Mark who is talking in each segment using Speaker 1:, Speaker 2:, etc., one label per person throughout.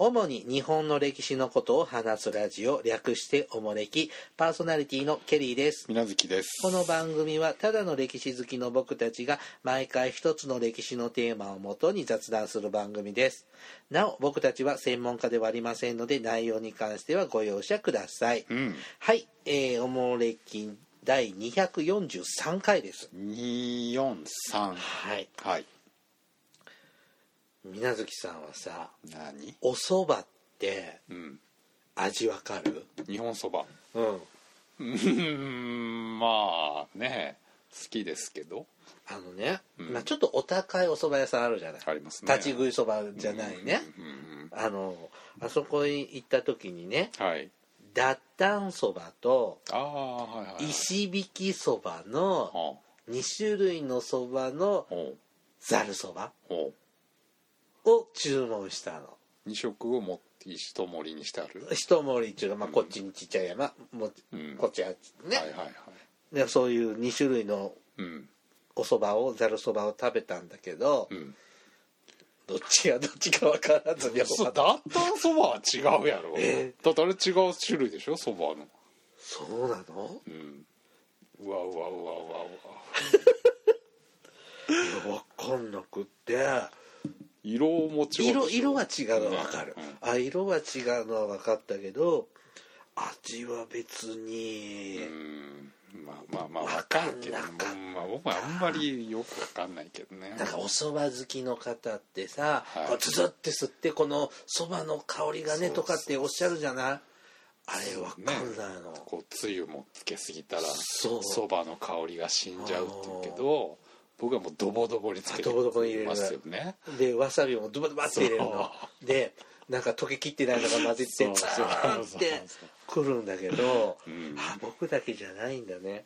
Speaker 1: 主に日本の歴史のことを話すラジオ略しておもれきパーソナリティのケリーです
Speaker 2: 水無月です
Speaker 1: この番組はただの歴史好きの僕たちが毎回一つの歴史のテーマをもとに雑談する番組ですなお僕たちは専門家ではありませんので内容に関してはご容赦ください、
Speaker 2: うん
Speaker 1: はい、えー、おもれき第243回です
Speaker 2: 243
Speaker 1: はい
Speaker 2: はい
Speaker 1: 水無月さんはさ
Speaker 2: 何
Speaker 1: お蕎麦って
Speaker 2: うん
Speaker 1: 味わかる
Speaker 2: 日本そば
Speaker 1: うん
Speaker 2: うんまあね好きですけど
Speaker 1: あのね、
Speaker 2: うん
Speaker 1: まあ、ちょっとお高いお蕎麦屋さんあるじゃない
Speaker 2: ありますね
Speaker 1: 立ち食いそばじゃないね、
Speaker 2: うんうん
Speaker 1: あのあそこに行った時にね
Speaker 2: うんはい
Speaker 1: 脱炭そばと
Speaker 2: ああはいはいはい
Speaker 1: 石引きそばの
Speaker 2: ほ
Speaker 1: 2種類のそばの
Speaker 2: うほう
Speaker 1: ざるそば
Speaker 2: ほ
Speaker 1: を注文したの
Speaker 2: う2色を持って一盛りにしてある
Speaker 1: 一盛りっていうか、まあ、こっちにちっちゃい山、もう
Speaker 2: うん
Speaker 1: こっちあっちね、
Speaker 2: はいはいはい
Speaker 1: でそういう2種類の
Speaker 2: うん
Speaker 1: おそばをざるそばを食べたんだけど、
Speaker 2: うん
Speaker 1: どっちがどっちか分からずに
Speaker 2: そう脱炭そばは違うやろ
Speaker 1: え
Speaker 2: だってあれ違う種類でしょそばの
Speaker 1: そうなの
Speaker 2: うんうわうわうわうわうわ
Speaker 1: 分かんなくって
Speaker 2: 色も違うでしょ
Speaker 1: 色色は違うのは分かる、
Speaker 2: うんうん
Speaker 1: あ色は違うのは分かったけど味は別に、
Speaker 2: うんまあまあまあわかるけどね
Speaker 1: わか
Speaker 2: まあ僕はあんまりよくわかんないけどね
Speaker 1: なんかお蕎麦好きの方ってさ、
Speaker 2: はい
Speaker 1: こうズズって吸ってこの蕎麦の香りがね
Speaker 2: そう
Speaker 1: と
Speaker 2: そう
Speaker 1: かっておっしゃるじゃないあれ分かんないの、
Speaker 2: こうつゆもつけすぎたら
Speaker 1: そう
Speaker 2: そばの香りが死んじゃうっていうけど僕はもうドボドボにつけ
Speaker 1: あドボドボに入れる
Speaker 2: ますよね
Speaker 1: でわさびもドバドバって入れるのでなんか溶けきってないのが混じって
Speaker 2: そう
Speaker 1: ザ
Speaker 2: そう
Speaker 1: ーンってくるんだけど、
Speaker 2: ん
Speaker 1: あ僕だけじゃないんだね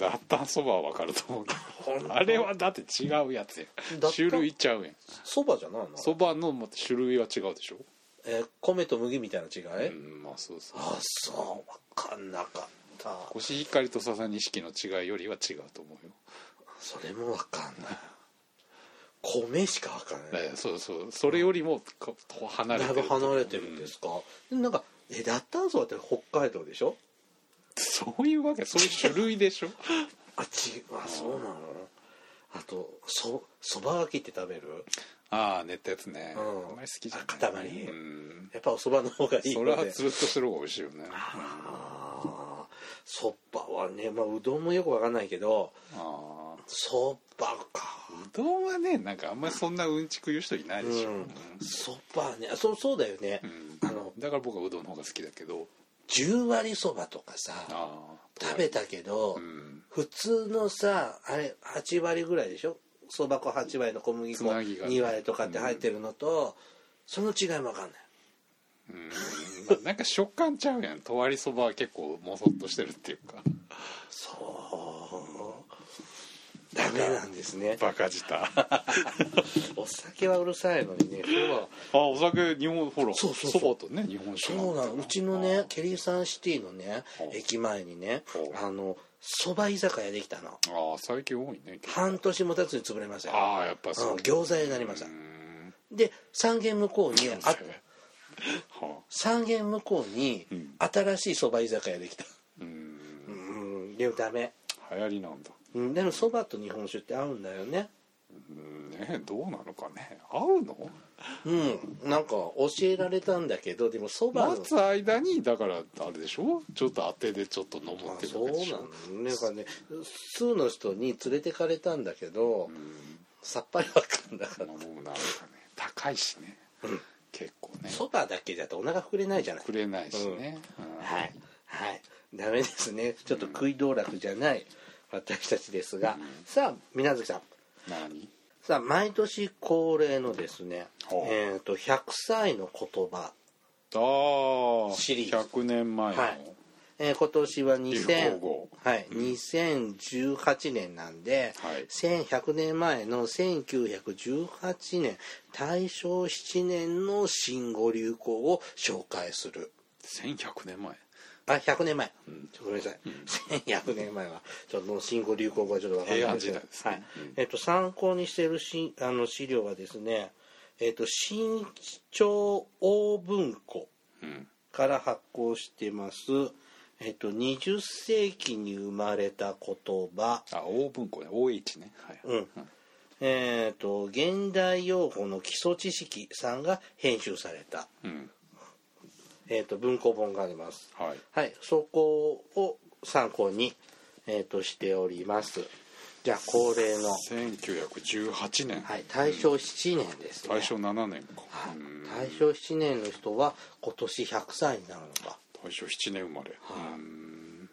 Speaker 2: だったそばはわかると思うけどあれはだって違うやつや
Speaker 1: 脱炭
Speaker 2: 種類ちゃうやん
Speaker 1: そばじゃないの
Speaker 2: そばの種類は違うでしょ
Speaker 1: えー米と麦みたいな違い、
Speaker 2: うんまあそうそう
Speaker 1: あそう分かんなかった
Speaker 2: コシヒカリとササニシキの違いよりは違うと思うよ
Speaker 1: それも分かんない米しか分かん
Speaker 2: だ
Speaker 1: ない
Speaker 2: からそうそうそれよりもこう離れ
Speaker 1: だ
Speaker 2: て
Speaker 1: い
Speaker 2: る、
Speaker 1: ぶ離れてるんですすか、なんかえ脱炭素って北海道でしょ
Speaker 2: うんそういうわけそういう種類でしょ
Speaker 1: あちあそうなのあとそそばがきって食べる
Speaker 2: ああ寝たやつね、
Speaker 1: うん
Speaker 2: あんまり好きじゃな
Speaker 1: あ
Speaker 2: い
Speaker 1: 塊
Speaker 2: うん
Speaker 1: やっぱおそばの方がいい
Speaker 2: そ
Speaker 1: の
Speaker 2: れ
Speaker 1: で
Speaker 2: はつるっとしてる方が美味しいよね
Speaker 1: あーそばはね、まあ、うどんもよく分かんないけど
Speaker 2: ああ
Speaker 1: そばか
Speaker 2: うどんはねなんかあんまりそんなうんちく言う人いないでしょ、
Speaker 1: う
Speaker 2: うん
Speaker 1: んそばねそうそうだよね、
Speaker 2: うん
Speaker 1: あの
Speaker 2: だから僕はうどんの方が好きだけど
Speaker 1: 十割そばとかさ
Speaker 2: ああ
Speaker 1: 食べたけど、
Speaker 2: うん
Speaker 1: 普通のさあれ8割ぐらいでしょそば粉8割の小麦
Speaker 2: つ
Speaker 1: 粉
Speaker 2: なぎがね
Speaker 1: 2割とかって入ってるのと、その違いも分かんない
Speaker 2: うんまあなんか食感ちゃうやんとわりそばは結構もそっとしてるっていうか
Speaker 1: そうダメなんですね
Speaker 2: バカ舌
Speaker 1: お酒はうるさいのにね
Speaker 2: あお酒日本ほら
Speaker 1: そうそうそう
Speaker 2: ばとね日本
Speaker 1: そ
Speaker 2: 酒
Speaker 1: う
Speaker 2: なんて
Speaker 1: なのうちのねケリーサンシティのね
Speaker 2: ほう
Speaker 1: 駅前にね
Speaker 2: ほう
Speaker 1: あのそば居酒屋できたの
Speaker 2: ああ最近多いね結構
Speaker 1: 半年も経つに潰れましたよ
Speaker 2: ああやっぱ
Speaker 1: う
Speaker 2: そ
Speaker 1: ん
Speaker 2: う
Speaker 1: 餃子屋になりました
Speaker 2: うん
Speaker 1: で三軒向こうにあ
Speaker 2: はあ
Speaker 1: 三軒向こうに
Speaker 2: ん
Speaker 1: 新しいそば居酒屋できた
Speaker 2: うん
Speaker 1: うんでもダメ
Speaker 2: 流行りなんだ
Speaker 1: うんでもそばと日本酒って合うんだよね
Speaker 2: うんねどうなのかね合うの
Speaker 1: うんなんか教えられたんだけどでもそばの
Speaker 2: 待つ間にだからあれでしょちょっと当てでちょっと飲む
Speaker 1: あ
Speaker 2: っていう
Speaker 1: そう
Speaker 2: わ
Speaker 1: な
Speaker 2: けでしょ
Speaker 1: のなんかね普通の人に連れてかれたんだけど
Speaker 2: うん
Speaker 1: さっぱりわかんなか
Speaker 2: ま
Speaker 1: っ
Speaker 2: あもうなんかね高いしね結構
Speaker 1: た
Speaker 2: ね
Speaker 1: そばだけだとお腹膨れないじゃない
Speaker 2: くれないしねうん
Speaker 1: はいはいダメですねちょっと食い道楽じゃない私たちですが、さあ皆月さん
Speaker 2: 何
Speaker 1: さあ毎年恒例のですね
Speaker 2: ほう
Speaker 1: えー、と100歳の言葉、
Speaker 2: ああ
Speaker 1: シリーズ
Speaker 2: 100年前の、
Speaker 1: はいえー今年は
Speaker 2: 流行
Speaker 1: 2000
Speaker 2: 語、
Speaker 1: はい、2018年なんで、
Speaker 2: はい
Speaker 1: 1100年前の1918年大正7年の新語・流行を紹介する
Speaker 2: 1100年前
Speaker 1: あ100年前、ちょっとごめんなさい、1100年前はちょっともう新語流行語はちょっとわかんない
Speaker 2: 平安時代ですね
Speaker 1: はいえっと、参考にしているしあの資料はですね、えっ、と新潮大文庫
Speaker 2: うん
Speaker 1: から発行してます。えっ、と20世紀に生まれた言葉。
Speaker 2: あ大文庫ね OH ねはい、
Speaker 1: うん。えっ、と現代用語の基礎知識さんが編集された、
Speaker 2: うん
Speaker 1: えっ、と文庫本があります。
Speaker 2: はい
Speaker 1: はい、そこを参考に、えー、としております。じゃあ恒例の、
Speaker 2: 1918年、
Speaker 1: はい、大正7年ですね。
Speaker 2: 大正7年か、
Speaker 1: はい
Speaker 2: うん
Speaker 1: 大正7年の人は今年100歳になるのか。
Speaker 2: 大正7年生まれ、うん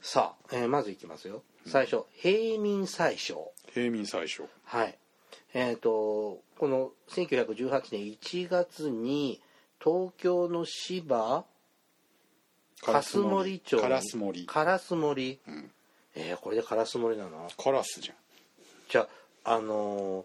Speaker 1: さあ、えーまずいきますよ。最初、平民最小。
Speaker 2: 平民最初
Speaker 1: はい。えっ、と、この1918年1月に東京の芝
Speaker 2: 烏
Speaker 1: ス森町に
Speaker 2: カラス森
Speaker 1: 烏森。
Speaker 2: ん
Speaker 1: えーこれで烏森なの
Speaker 2: カラスじゃん
Speaker 1: じゃあ、あのー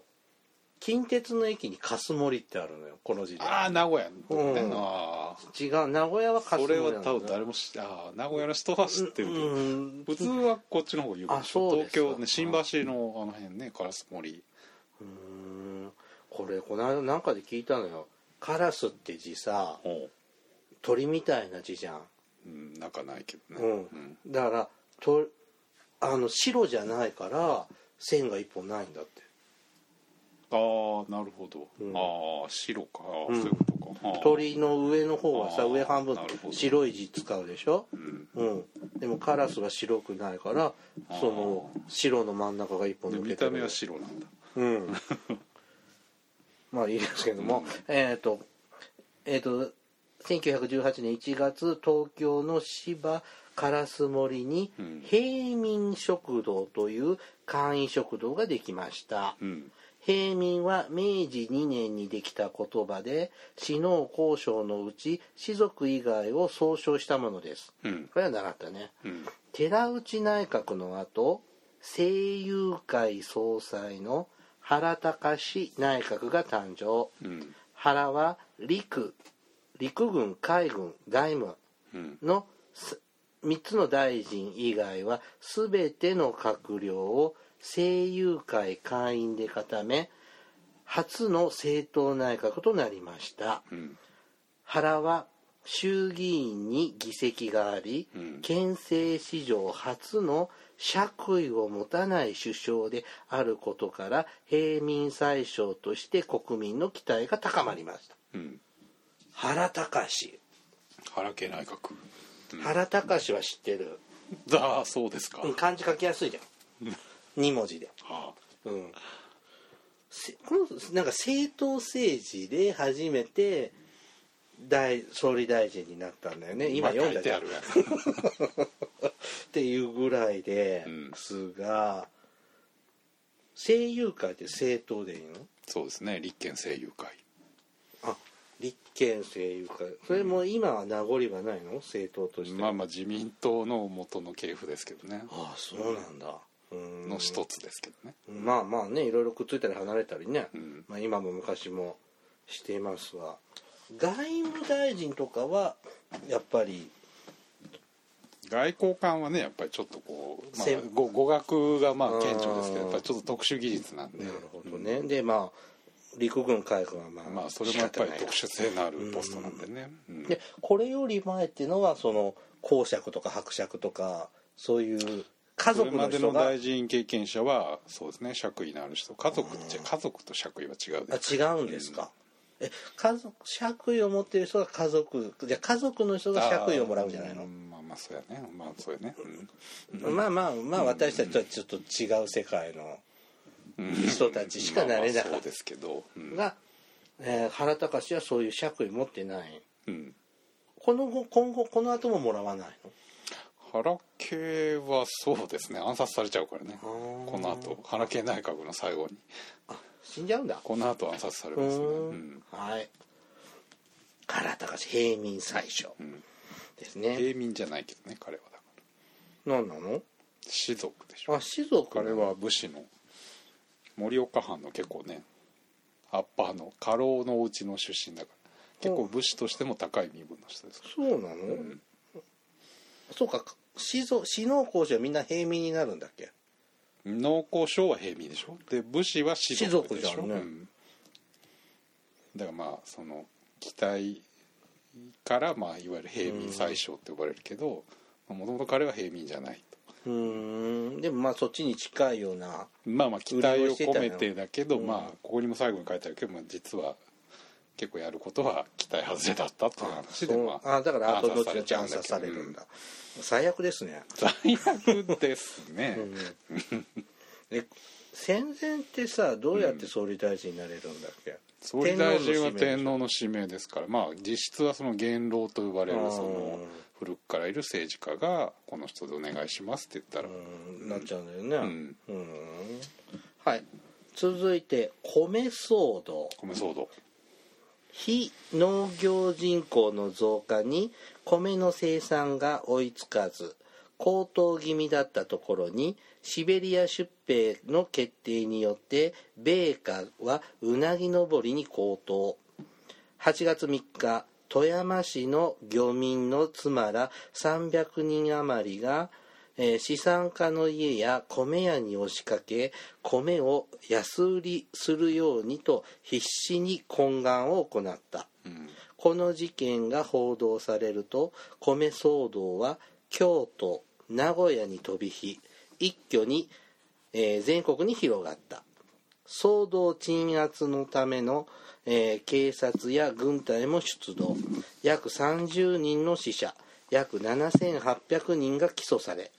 Speaker 1: 近鉄の駅にカスモリってあるのよこの時代
Speaker 2: ああ名古屋、
Speaker 1: うん
Speaker 2: あ
Speaker 1: 違う名古屋は
Speaker 2: あ
Speaker 1: カス
Speaker 2: こ
Speaker 1: モリ
Speaker 2: れ
Speaker 1: な
Speaker 2: は
Speaker 1: んだ
Speaker 2: 多分誰も知ってああ名古屋の人は知ってるけど、
Speaker 1: うん
Speaker 2: 普通はこっちの方が有名でし
Speaker 1: あ
Speaker 2: ょ
Speaker 1: そうです
Speaker 2: 東
Speaker 1: か
Speaker 2: 京ね新橋のあの辺ねカラス森
Speaker 1: うんこれこの間なんかで聞いたのよカラスって字さ
Speaker 2: ほ
Speaker 1: 鳥みたいな字じゃん、
Speaker 2: う、うん、なんかないけどね、
Speaker 1: うんだからとあの白じゃないから線が一本ないんだって
Speaker 2: ああなるほど、
Speaker 1: うん
Speaker 2: ああ白かああ、
Speaker 1: うん
Speaker 2: そういうことか、はあ、
Speaker 1: 鳥の上の方はさ
Speaker 2: あー
Speaker 1: 上半分
Speaker 2: なるほど
Speaker 1: 白い字使うでしょ
Speaker 2: うん
Speaker 1: うん、でもカラスは白くないから
Speaker 2: あー
Speaker 1: その白の真ん中が一本
Speaker 2: で
Speaker 1: 抜け
Speaker 2: 見
Speaker 1: て
Speaker 2: た
Speaker 1: る
Speaker 2: 目は白なんだ
Speaker 1: うんまあいいですけども、えっ、とえっ、と1918年1月東京の芝烏森に
Speaker 2: うん
Speaker 1: 平民食堂という簡易食堂ができました、
Speaker 2: うん
Speaker 1: 平民は明治2年にできた言葉で死の交渉のうち士族以外を総称したものです
Speaker 2: うん
Speaker 1: これは習ったね、
Speaker 2: うん
Speaker 1: 寺内内閣の後声優界総裁の原敬内閣が誕生
Speaker 2: うん
Speaker 1: 原は陸陸軍海軍外務
Speaker 2: うん
Speaker 1: の3つの大臣以外は全ての閣僚を声優会会員で固め初の政党内閣となりました
Speaker 2: うん
Speaker 1: 原は衆議院に議席があり、
Speaker 2: うん
Speaker 1: 憲政史上初の爵位を持たない首相であることから平民宰相として国民の期待が高まりました
Speaker 2: うん
Speaker 1: 原敬
Speaker 2: 原家内閣
Speaker 1: 原敬は知ってる、
Speaker 2: だあそうですか、
Speaker 1: うん、漢字書きやすいじゃん2文字で、
Speaker 2: はあ
Speaker 1: うん、せこのなんか政党政治で初めて大総理大臣になったんだよね今読んだ
Speaker 2: 書いて
Speaker 1: じゃ
Speaker 2: あ
Speaker 1: ん
Speaker 2: るや
Speaker 1: っていうぐらいで
Speaker 2: うん
Speaker 1: すが、声優界って政党でいいの
Speaker 2: つ そうですね立憲声優会
Speaker 1: あ立憲声優会それも今は名残がないの政党として
Speaker 2: まあまあ自民党の元の系譜ですけどね
Speaker 1: ああそうなんだうん
Speaker 2: の一つですけどね
Speaker 1: まあまあねいろいろくっついたり離れたりね、
Speaker 2: ん
Speaker 1: まあ、今も昔もしていますわ外務大臣とかはやっぱり
Speaker 2: 外交官はねやっぱりちょっとこう、まあ
Speaker 1: せ、
Speaker 2: 語語学がまあ顕著ですけ
Speaker 1: あー
Speaker 2: どやっぱりちょっと特殊技術なんで
Speaker 1: なるほどね、でまあ陸軍海軍はまあ、
Speaker 2: まあそれもやっぱ
Speaker 1: 仕方
Speaker 2: り
Speaker 1: ない
Speaker 2: 特殊性のあるポストなんでね、うん
Speaker 1: でこれより前っていうのはその公爵とか伯爵とかそういう家
Speaker 2: それ
Speaker 1: 族
Speaker 2: ま
Speaker 1: の
Speaker 2: で
Speaker 1: 人
Speaker 2: の
Speaker 1: があ
Speaker 2: 大臣経験者はそうですね爵位のある人家族って家族と爵位は違うで
Speaker 1: 違うんですか、え家族爵位を持ってる人が家族じゃあ家族の人が爵位をもらうんじゃないの
Speaker 2: あーんまあまあそうやねまあそうやね、うん
Speaker 1: まあまあまあ私たちとはちょっと違う世界の人たちしかなれな
Speaker 2: まあ
Speaker 1: か
Speaker 2: まあそう
Speaker 1: っ
Speaker 2: ですけど、うん
Speaker 1: たが、えー原敬はそういう爵位持ってない
Speaker 2: うん
Speaker 1: この後今後この後ももらわないの
Speaker 2: 原系はそうですね暗殺されちゃうからね
Speaker 1: あー
Speaker 2: この後原系内閣の最後に
Speaker 1: 死んじゃうんだ
Speaker 2: この後暗殺されますね
Speaker 1: う
Speaker 2: う
Speaker 1: ー
Speaker 2: ん
Speaker 1: んはい原敬平民最初
Speaker 2: ん
Speaker 1: ですね、
Speaker 2: 平民じゃないけどね彼はだから
Speaker 1: なん何なの
Speaker 2: 士族でしょ
Speaker 1: あ士族
Speaker 2: 彼は武士の盛岡藩の結構ねアッパーの家老のうちの出身だから結構武士としても高い身分の人です
Speaker 1: そうなの、そうか士族士農工士はみんな平民になるんだっけ
Speaker 2: 農耕商は平民でしょで武士は士族でし
Speaker 1: 士族
Speaker 2: ょ、
Speaker 1: じゃんね
Speaker 2: うんだからまあその機体からまあいわゆる平民宰相って呼ばれるけどもともと彼は平民じゃない
Speaker 1: う
Speaker 2: と
Speaker 1: ーんでもまあそっちに近いような
Speaker 2: まあまあ期待
Speaker 1: 売りを
Speaker 2: を
Speaker 1: してたの
Speaker 2: 込めてだけど、
Speaker 1: うん
Speaker 2: まあここにも最後に書いてあるけど、まあ、実は結構やることは期待外れだったっていう話でま
Speaker 1: そうあだから後々
Speaker 2: 暗殺
Speaker 1: で
Speaker 2: ちゃ
Speaker 1: 暗
Speaker 2: うんだけど
Speaker 1: 殺されるん
Speaker 2: う
Speaker 1: だ、最悪ですね、
Speaker 2: 最悪です ね、
Speaker 1: え戦前ってさどうやって総理大臣になれるんだっけ、
Speaker 2: 総理大臣は天
Speaker 1: 皇
Speaker 2: 皇の指名ですからまあ実質はその元老と呼ばれる
Speaker 1: あー
Speaker 2: その古くからいる政治家がこの人でお願いしますって言ったら、
Speaker 1: うんなっちゃうんだよね
Speaker 2: ん
Speaker 1: うんはい続いて米騒動
Speaker 2: 米騒動
Speaker 1: 非農業人口の増加に米の生産が追いつかず高騰気味だったところにシベリア出兵の決定によって米価はうなぎ登りに高騰8月3日富山市の漁民の妻ら300人余りが、えー資産家の家や米屋に押しかけ米を安売りするようにと必死に懇願を行った
Speaker 2: うん
Speaker 1: この事件が報道されると米騒動は京都名古屋に飛び火一挙に、えー全国に広がった騒動鎮圧のための、えー警察や軍隊も出動約30人の死者約7800人が起訴され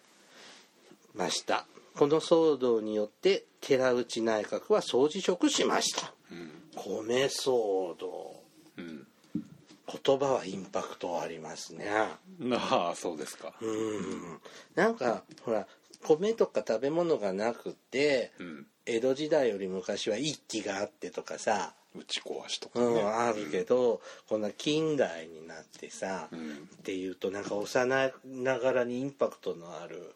Speaker 1: ましたこの騒動によって寺内内閣は総辞職しました
Speaker 2: うん
Speaker 1: 米騒動
Speaker 2: うん
Speaker 1: 言葉はインパクトありますね
Speaker 2: ああそうですか
Speaker 1: うんなんかほら米とか食べ物がなくて
Speaker 2: うん
Speaker 1: 江戸時代より昔は一揆があってとかさ、
Speaker 2: 打ち壊しとか
Speaker 1: うん
Speaker 2: ね
Speaker 1: あるけどこんな近代になってさ、
Speaker 2: う
Speaker 1: っ
Speaker 2: ん
Speaker 1: ていうとなんか幼いながらにインパクトのある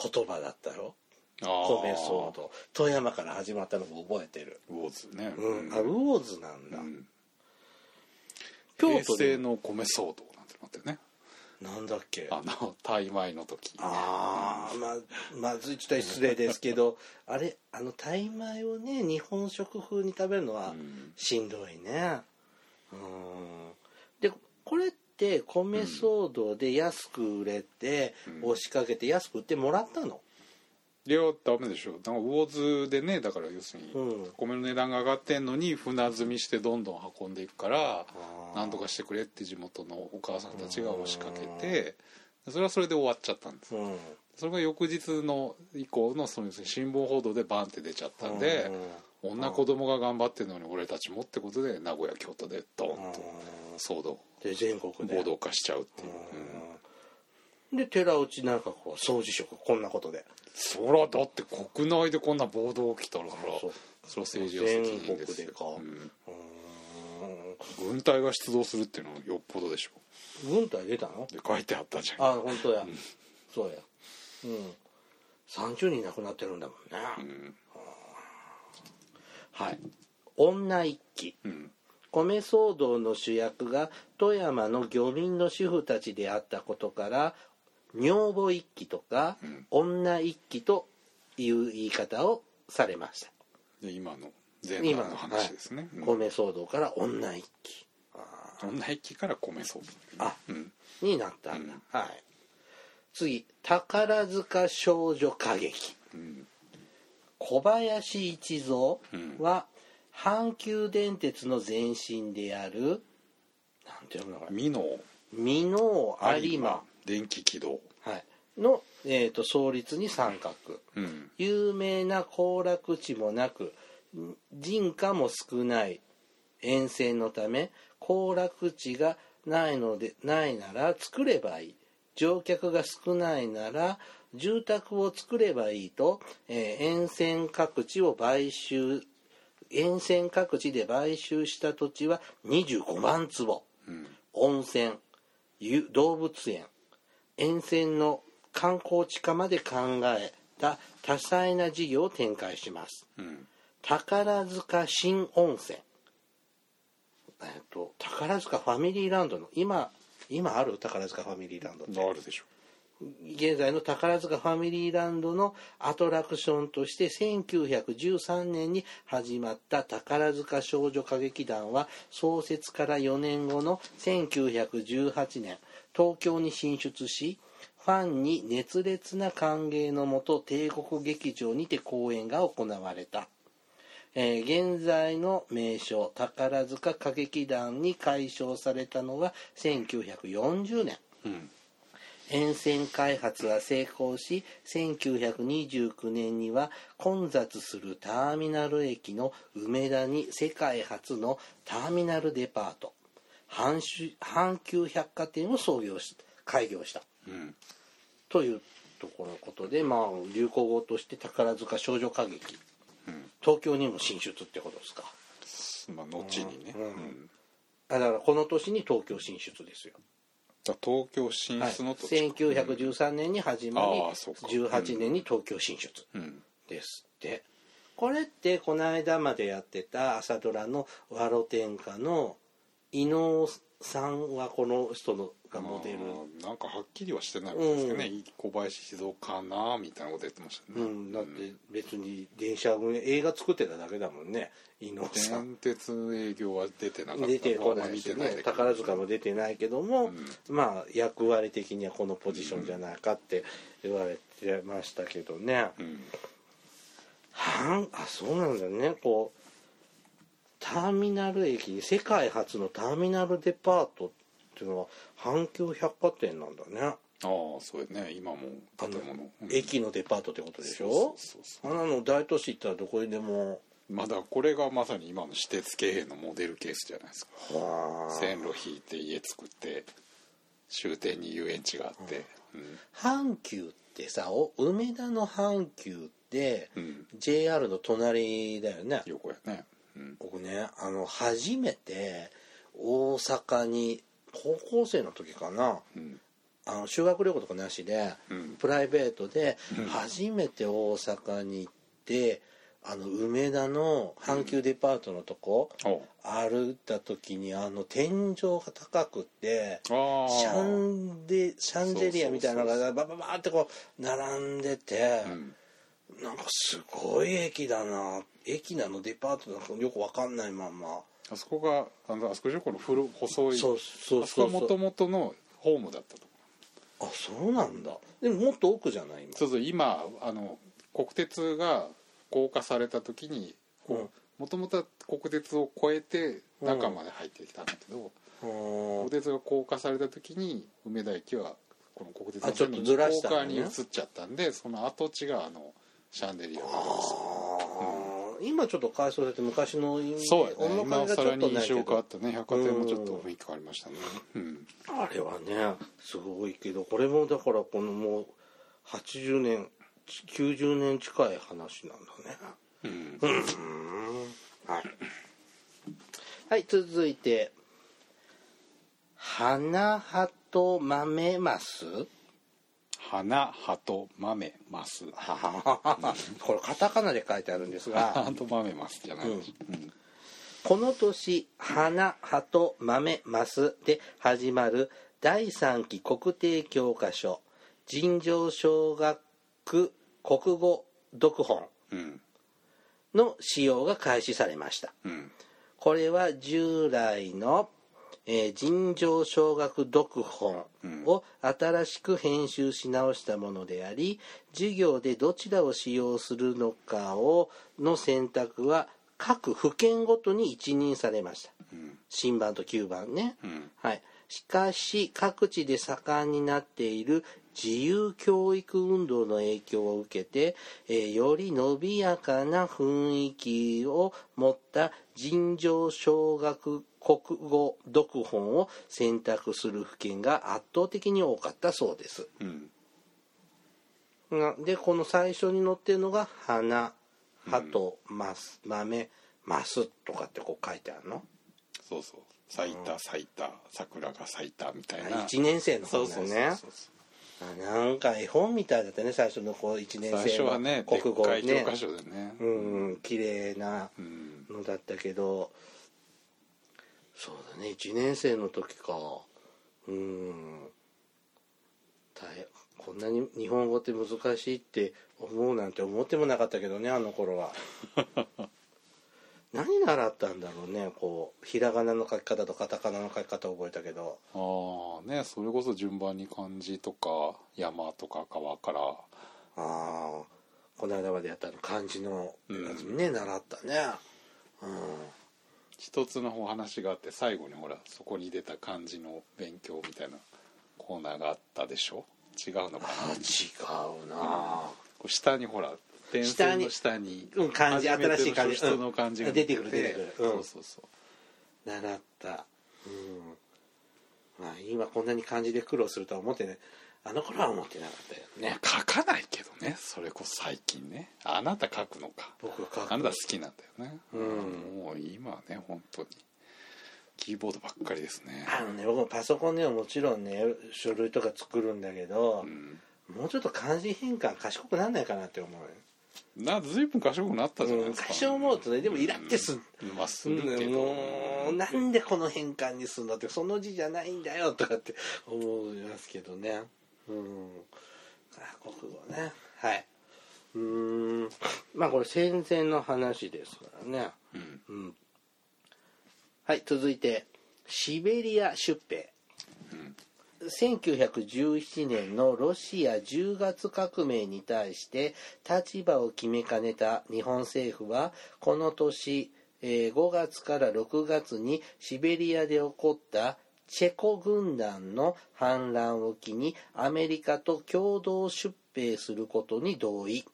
Speaker 1: 言葉だったよ
Speaker 2: あ
Speaker 1: 米騒動富山から始まったのも覚えてる、
Speaker 2: ウォーズね、
Speaker 1: うん、あウォーズなんだ、
Speaker 2: うん
Speaker 1: 京
Speaker 2: 平
Speaker 1: 都
Speaker 2: 成
Speaker 1: で
Speaker 2: の米騒動なんてなってね
Speaker 1: なんだっけ
Speaker 2: あの大米の時
Speaker 1: あーまあまずいちょっと失礼ですけどあれあのタイ米をね日本食風に食べるのは
Speaker 2: うん
Speaker 1: しんどいねうんでこれって米騒動で安く売れて、
Speaker 2: うん
Speaker 1: 押しかけて安く売ってもらったの
Speaker 2: いやダメでしょなんかウォーズでねだから要するに
Speaker 1: うん
Speaker 2: 米の値段が上がってんのに船積みしてどんどん運んでいくから
Speaker 1: あー
Speaker 2: なんとかしてくれって地元のお母さんたちが押しかけてそれはそれで終わっちゃったんです
Speaker 1: うん
Speaker 2: それが翌日の以降のその要するに新聞報道でバンって出ちゃったんで女子供が頑張ってるのに俺たちもってことで名古屋京都でド
Speaker 1: うん
Speaker 2: ンと騒動
Speaker 1: で全国で
Speaker 2: 暴動化しちゃうっていう、うん
Speaker 1: うんで寺内内閣は総辞職こんなことで
Speaker 2: そらだって国内でこんな暴動起きたらそら
Speaker 1: そう
Speaker 2: そら政治は責任です
Speaker 1: 全国で
Speaker 2: よ
Speaker 1: か
Speaker 2: うん
Speaker 1: うん
Speaker 2: 軍隊が出動するっていうのはよっぽどでしょ
Speaker 1: 軍隊出たの
Speaker 2: で書いてあったじゃん
Speaker 1: あ本当や、そうやうん30人亡くなってるんだもんね、
Speaker 2: うん
Speaker 1: はい女一揆
Speaker 2: うん
Speaker 1: 米騒動の主役が富山の漁民の主婦たちであったことから女房一揆とか、
Speaker 2: ん
Speaker 1: 女一揆という言い方をされました
Speaker 2: で今の前
Speaker 1: 今
Speaker 2: 段の話ですね、
Speaker 1: はい
Speaker 2: うん
Speaker 1: 米騒動から女一揆
Speaker 2: 女一揆から米騒動
Speaker 1: あ
Speaker 2: うん
Speaker 1: になったんだ、はい次宝塚少女歌劇
Speaker 2: うん
Speaker 1: 小林一三
Speaker 2: うん
Speaker 1: は阪急電鉄の前身であるなんて読むのかな
Speaker 2: 美濃
Speaker 1: 箕面有馬、
Speaker 2: 電気軌道
Speaker 1: はい、の、えー、と創立に参画
Speaker 2: うん
Speaker 1: 有名な行楽地もなくん人家も少ない沿線のため行楽地がないのでないなら作ればいい乗客が少ないなら住宅を作ればいいと、えー沿線各地を買収沿線各地で買収した土地は25万坪
Speaker 2: うん
Speaker 1: 温泉ゆ動物園沿線の観光地化まで考えた多彩な事業を展開します
Speaker 2: うん
Speaker 1: 宝塚新温泉えっと宝塚ファミリーランドの今今ある宝塚ファミリーランドって
Speaker 2: あるでしょ
Speaker 1: 現在の宝塚ファミリーランドのアトラクションとして1913年に始まった宝塚少女歌劇団は創設から4年後の1918年東京に進出しファンに熱烈な歓迎のもと帝国劇場にて公演が行われた。えー現在の名称宝塚歌劇団に改称されたのは1940年
Speaker 2: うん
Speaker 1: 沿線開発は成功し1929年には混雑するターミナル駅の梅田に世界初のターミナルデパート阪急阪急百貨店を創業し開業した
Speaker 2: うん
Speaker 1: というところのことで、まあ、流行語として宝塚少女歌劇
Speaker 2: うん
Speaker 1: 東京にも進出ってことですか
Speaker 2: まあ後にね、
Speaker 1: うん
Speaker 2: うん
Speaker 1: あだからこの年に東京進出ですよ、
Speaker 2: じゃあ東京進
Speaker 1: はい、
Speaker 2: 出の土地か、
Speaker 1: 1913年に始まり
Speaker 2: ああそうか
Speaker 1: 18年に東京進出
Speaker 2: うん
Speaker 1: ですってこれってこの間までやってた朝ドラの「わろてんか」の伊能さんはこの人のがモデル、
Speaker 2: まあなんかはっきりはしてないみたいですけどね、
Speaker 1: う
Speaker 2: 小林静雄かなみたいなこと言ってましたね、
Speaker 1: うん、だって別に電車組映画作ってただけだもんね伊能さん
Speaker 2: 電鉄の営業は出てなかった
Speaker 1: 出てこない
Speaker 2: 見
Speaker 1: して
Speaker 2: ない
Speaker 1: ね宝塚も出てないけども、
Speaker 2: う
Speaker 1: まあ役割的にはこのポジションじゃないかって言われてましたけどね、
Speaker 2: うん
Speaker 1: はんあそうなんだねこうターミナル駅に世界初のターミナルデパートっていうのは阪急百貨店なんだね
Speaker 2: ああそうやね今も
Speaker 1: あ
Speaker 2: 建
Speaker 1: の
Speaker 2: 物、うん
Speaker 1: 駅のデパートってことでし
Speaker 2: そ
Speaker 1: ょ
Speaker 2: うそうそう
Speaker 1: あんなの大都市行ったらどこにでも
Speaker 2: まだこれがまさに今の私鉄経営のモデルケースじゃないですか
Speaker 1: はあ
Speaker 2: 線路引いて家作って終点に遊園地があって、うん
Speaker 1: 阪急ってさお梅田の阪急って
Speaker 2: うん
Speaker 1: JR の隣だよね
Speaker 2: 横やね、うん、
Speaker 1: 僕ねあの初めて大阪に高校生の時かな
Speaker 2: うん
Speaker 1: あの修学旅行とかなしで、
Speaker 2: うん
Speaker 1: プライベートで初めて大阪に行って、あの梅田の阪急デパートのとこ、
Speaker 2: お
Speaker 1: 歩いた時にあの天井が高くって
Speaker 2: ああ
Speaker 1: シャンデシャンデリアみたいなの
Speaker 2: そうそ
Speaker 1: がバババーってこう並んでて、
Speaker 2: うん
Speaker 1: なんかすごい駅だな駅なのデパートなのかよくわかんないまんま
Speaker 2: あそこがあのあそこじゃこの古細い
Speaker 1: そうそう
Speaker 2: あそ
Speaker 1: そ
Speaker 2: こは
Speaker 1: うそ
Speaker 2: も
Speaker 1: う
Speaker 2: ともとのホームだったとこ
Speaker 1: あそうなんだでももっと奥じゃない今
Speaker 2: そうそう今あの国鉄が高架された時に
Speaker 1: うん
Speaker 2: もともとは国鉄を越えて中まで入ってきたんだけど、
Speaker 1: うん
Speaker 2: 国鉄が高架された時に梅田駅はこの国鉄
Speaker 1: あちょっ
Speaker 2: の
Speaker 1: とずらしたの
Speaker 2: 高架
Speaker 1: ね
Speaker 2: に移っちゃったんでその跡地があのシャンデリアが
Speaker 1: あー今ちょっと改装されて昔の意味で
Speaker 2: そうやね
Speaker 1: 面影
Speaker 2: 今
Speaker 1: が
Speaker 2: さ
Speaker 1: ちょ
Speaker 2: ら
Speaker 1: っ
Speaker 2: に
Speaker 1: とない
Speaker 2: 印象
Speaker 1: け
Speaker 2: 変わ
Speaker 1: ど
Speaker 2: ったね百貨店もちょっと雰囲気変わりましたねうん
Speaker 1: あれはねすごいけどこれもだからこのもう80年90年近い話なんだね
Speaker 2: うん
Speaker 1: はい、はい、続いて「花葉と豆ます」
Speaker 2: 花鳩豆マス
Speaker 1: これカタカナで書いてあるんですが
Speaker 2: 花と豆マスじゃない、
Speaker 1: うん
Speaker 2: うん
Speaker 1: この年花鳩豆ますで始まる第3期国定教科書尋常小学国語読本
Speaker 2: うん
Speaker 1: の使用が開始されました
Speaker 2: うん
Speaker 1: これは従来の、えー尋常小学読本を新しく編集し直したものであり授業でどちらを使用するのかをの選択は各府県ごとに一任されました
Speaker 2: うん
Speaker 1: 新版と旧版ね、
Speaker 2: うん
Speaker 1: はい、しかし各地で盛んになっている自由教育運動の影響を受けて、えーより伸びやかな雰囲気を持った尋常小学国語読本を選択する府県が圧倒的に多かったそうです。
Speaker 2: うん
Speaker 1: がでこの最初に載ってるのが「花」「鳩」マス「豆」「マス」とかってこう書いてあるの
Speaker 2: そうそう咲いた咲いた桜が咲いたみたいな
Speaker 1: 1年生の
Speaker 2: そ
Speaker 1: 本
Speaker 2: う
Speaker 1: だ
Speaker 2: そ
Speaker 1: よ
Speaker 2: うそう
Speaker 1: ね
Speaker 2: そうそう
Speaker 1: あなんか絵本みたいだったね最初のこう1年
Speaker 2: 最初は
Speaker 1: 生
Speaker 2: ね
Speaker 1: の
Speaker 2: で
Speaker 1: 国
Speaker 2: っ
Speaker 1: 語
Speaker 2: か
Speaker 1: ね
Speaker 2: い教科書でね
Speaker 1: うんうん綺麗な
Speaker 2: うん
Speaker 1: のだったけどそうだね1年生の時かうん大こんなに日本語って難しいって思うなんて思ってもなかったけどねあの頃は何習ったんだろうねこうひらがなの書き方とカタカナの書き方覚えたけど
Speaker 2: ああねそれこそ順番に漢字とか山とか川から
Speaker 1: ああこの間までやったの漢字のやつにね、習ったねうん
Speaker 2: 一つのお話があって最後にほらそこに出た漢字の勉強みたいなコーナーがあったでしょ違うのかな
Speaker 1: あ違うな
Speaker 2: こう下にほら点線の下に
Speaker 1: うん漢字
Speaker 2: 初めての
Speaker 1: 新しい漢字
Speaker 2: 人の漢字が
Speaker 1: うん出てくる出てくるうん
Speaker 2: そうそうそう
Speaker 1: 習ったうんまあ今こんなに漢字で苦労するとは思ってねあの頃は思ってなかったよね
Speaker 2: ね書かないけどねそれこそ最近ねあなた書くのか
Speaker 1: 僕は書く
Speaker 2: あなた好きなんだよね、
Speaker 1: うん
Speaker 2: もう今はね本当にキーボードばっかりですね
Speaker 1: あのね僕もパソコンではもちろんね書類とか作るんだけど
Speaker 2: う、ん
Speaker 1: もうちょっと漢字変換賢くなんないかなって思うよ
Speaker 2: な随分賢くなったじゃないですか、
Speaker 1: うん多少思うとねでもイラってする
Speaker 2: うんまあするけど、
Speaker 1: もうなんでこの変換にすんのってその字じゃないんだよとかって思いますけどねうんあ国語ねはいうーんまあこれ戦前の話ですからね
Speaker 2: うん
Speaker 1: うんはい続いてシベリア出兵
Speaker 2: うん
Speaker 1: 1917年のロシア10月革命に対して立場を決めかねた日本政府はこの年、えー5月から6月にシベリアで起こったチェコ軍団の反乱を機にアメリカと共同出兵することに同意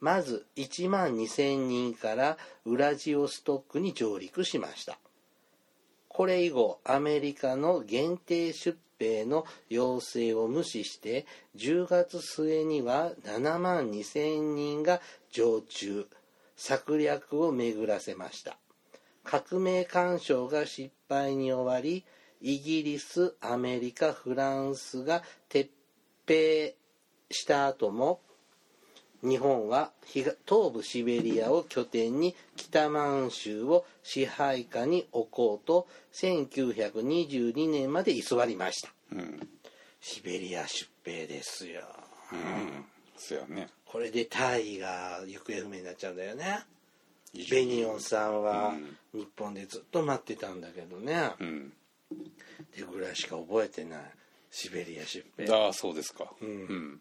Speaker 1: まず1万2000人からウラジオストックに上陸しましたこれ以後アメリカの限定出兵の要請を無視して10月末には7万2000人が常駐策略を巡らせました革命干渉が失敗に終わりイギリスアメリカフランスが撤兵した後も日本は東東部シベリアを拠点に北満州を支配下に置こうと1922年まで居座りました
Speaker 2: うん
Speaker 1: シベリア出兵ですよ
Speaker 2: うんそうやね
Speaker 1: これでタイが行方不明になっちゃうんだよねベニオンさんは日本でずっと待ってたんだけどね
Speaker 2: うん
Speaker 1: でぐらいしか覚えてないシベリア出兵
Speaker 2: ああそうですか
Speaker 1: うん
Speaker 2: ん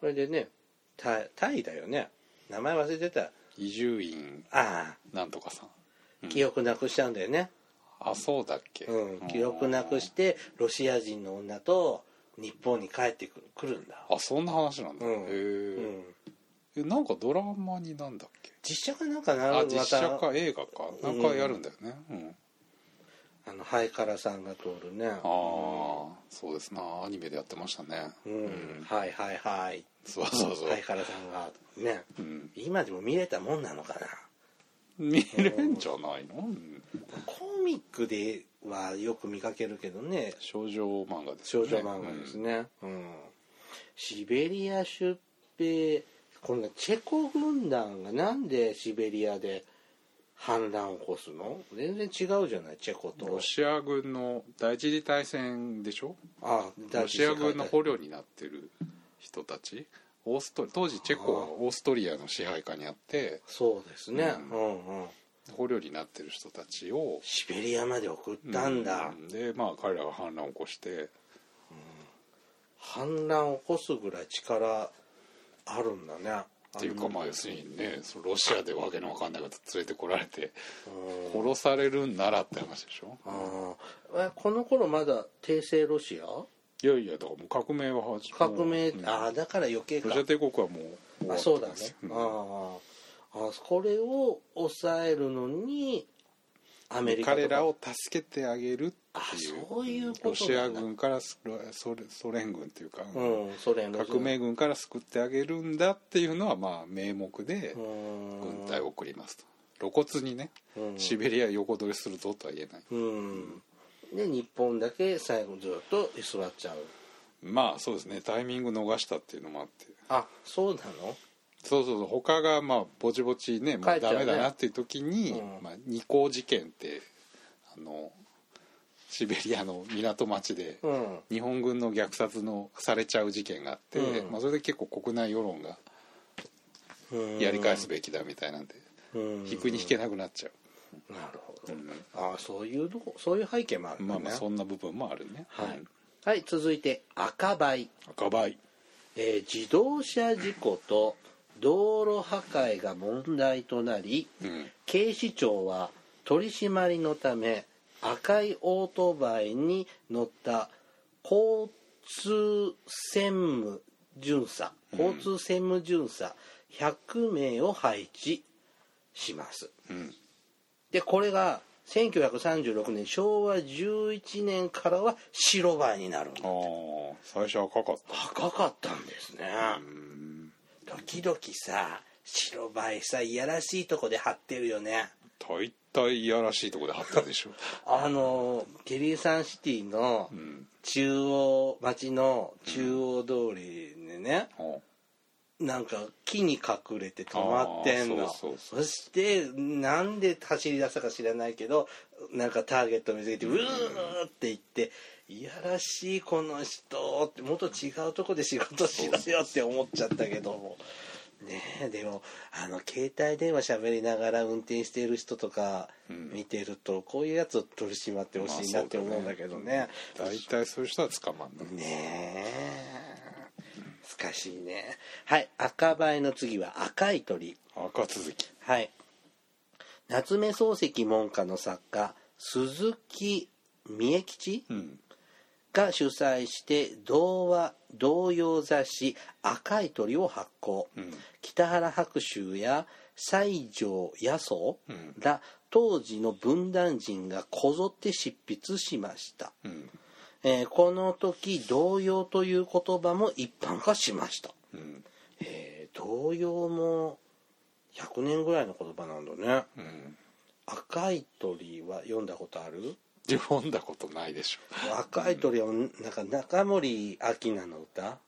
Speaker 1: これでねタイタイだよね名前忘れてた
Speaker 2: 伊集院
Speaker 1: あ
Speaker 2: なんとかさん
Speaker 1: あ記憶なくしちゃうんだよね、
Speaker 2: あそうだっけ、
Speaker 1: うん、記憶なくしてロシア人の女と日本に帰ってくる来るんだ、
Speaker 2: あそんな話なんだ、
Speaker 1: うん
Speaker 2: へ
Speaker 1: う
Speaker 2: え、
Speaker 1: ん
Speaker 2: えなんかドラマになんだっけ
Speaker 1: 実写かなんかな
Speaker 2: あ
Speaker 1: また
Speaker 2: 実写か映画かなんかやるんだよねうん、
Speaker 1: あのハイカラさんが通るね
Speaker 2: ああそうですなアニメでやってましたね
Speaker 1: うん、はいはいはい
Speaker 2: そうそうそう、
Speaker 1: ハイカラさんがね
Speaker 2: うん、
Speaker 1: 今でも見れたもんなのかな
Speaker 2: 見れんじゃないの、うん
Speaker 1: コミックではよく見かけるけどね
Speaker 2: 少女漫画ですよ
Speaker 1: 少
Speaker 2: ね
Speaker 1: 女漫画ですね、うんシベリア出兵このねチェコ軍団がなんでシベリアで反乱を起こすの全然違うじゃないチェコ
Speaker 2: うんロ
Speaker 1: と
Speaker 2: シア軍の第一次大戦でしょ
Speaker 1: あ
Speaker 2: ロシア軍の捕
Speaker 1: 領
Speaker 2: 虜になってる人たちオースト当時チェコはオーストリアの支配下にあって
Speaker 1: そうですね、う、
Speaker 2: うん
Speaker 1: うん
Speaker 2: 捕虜になってる人たちを
Speaker 1: シベリアまで送ったんだ、
Speaker 2: うんでまあ彼らが反乱を起こして
Speaker 1: 反乱を起こすぐらい力あるんだね
Speaker 2: っていうかまあ要するにねそのロシアでわけのわかんないこと連れてこられて
Speaker 1: うん
Speaker 2: 殺されるんならって話でしょ
Speaker 1: あーえこの頃まだ帝政ロシア
Speaker 2: いやいやだからもう革命は始ま
Speaker 1: 革命、
Speaker 2: うん
Speaker 1: ああだから余計か
Speaker 2: ロシア帝国はもう終
Speaker 1: あ
Speaker 2: わって
Speaker 1: そうだね
Speaker 2: ますよ、
Speaker 1: あああこれを抑えるのにアメリカとか
Speaker 2: 彼らを助けてあげるっていう
Speaker 1: あそういうことなんだ
Speaker 2: ロシア軍からすロソレソ連軍っていうか、
Speaker 1: うんソ連
Speaker 2: 革命軍から救ってあげるんだっていうのはまあ名目で軍
Speaker 1: 軍
Speaker 2: 隊を送りますと露骨にね
Speaker 1: うん
Speaker 2: シベリア横取りするぞとは言えない
Speaker 1: うんで日本だけ最後ずっと居座っちゃう
Speaker 2: まあそうですねタイミング逃したっていうのもあって
Speaker 1: あそうなの
Speaker 2: そうそうそう他がまあぼちぼちねも
Speaker 1: 帰
Speaker 2: う
Speaker 1: っちゃう
Speaker 2: ダ
Speaker 1: ね
Speaker 2: メだなっていう時に、
Speaker 1: うん
Speaker 2: まあ、二項事件ってあのシベリアの港町で
Speaker 1: うん
Speaker 2: 日本軍の虐殺のされちゃう事件があって、
Speaker 1: うん
Speaker 2: まあ、それで結構国内世論が
Speaker 1: うん
Speaker 2: やり返すべきだみたいなんで、
Speaker 1: うん
Speaker 2: 引くに引けなくなっちゃ
Speaker 1: なるほ
Speaker 2: う、
Speaker 1: どああそういうのそういう背景もあるんだ
Speaker 2: まあ
Speaker 1: ね
Speaker 2: まあそんな部分もあるね、
Speaker 1: はい
Speaker 2: うん、
Speaker 1: はい続いて赤バイ
Speaker 2: 赤バイ
Speaker 1: えー自動車事故と道路破壊が問題となり、
Speaker 2: うん
Speaker 1: 警視庁は取り締まりのため赤いオートバイに乗った交通専務巡査交通専務巡査100名を配置します。
Speaker 2: うん
Speaker 1: でこれが1936年昭和11年からは白バイになるんだ
Speaker 2: ああ最初赤かった
Speaker 1: 赤かったんですね
Speaker 2: うん
Speaker 1: 時々さ白バイさいやらしいとこで貼ってるよね
Speaker 2: 大体いやらしいとこで貼ったでしょ
Speaker 1: あのケリーサンシティの
Speaker 2: うん
Speaker 1: 中央町の中央通りでね、
Speaker 2: あ
Speaker 1: なんか木に隠れて止まってん
Speaker 2: あー
Speaker 1: の
Speaker 2: そうそう
Speaker 1: してなんで走り出したか知らないけどなんかターゲット見つけてうーって言って「いやらしいこの人」ってもっと違うとこで仕事しろよって思っちゃったけども。ねえでもあの携帯電話喋りながら運転してる人とか
Speaker 2: うん
Speaker 1: 見てると、こういうやつを取り締まってほしいなって思うんだけどね。
Speaker 2: 大体そういう人は捕まんない、
Speaker 1: ねえ難しいねはい赤バイの次は赤い鳥
Speaker 2: 赤続き
Speaker 1: はい夏目漱石門下の作家鈴木三重吉
Speaker 2: うん
Speaker 1: が主催して童話童謡雑誌「赤い鳥」を発行、
Speaker 2: うん
Speaker 1: 北原白秋や西条八十
Speaker 2: ん
Speaker 1: ら当時の文壇人がこぞって執筆しました
Speaker 2: うん
Speaker 1: えーこの時童謡という言葉も一般化しました、
Speaker 2: うん
Speaker 1: えー童謡も100年ぐらいの言葉なんだね
Speaker 2: うん
Speaker 1: 赤い鳥は読んだことある
Speaker 2: 読んだことないでし
Speaker 1: 赤い鳥はなんか中森明菜の歌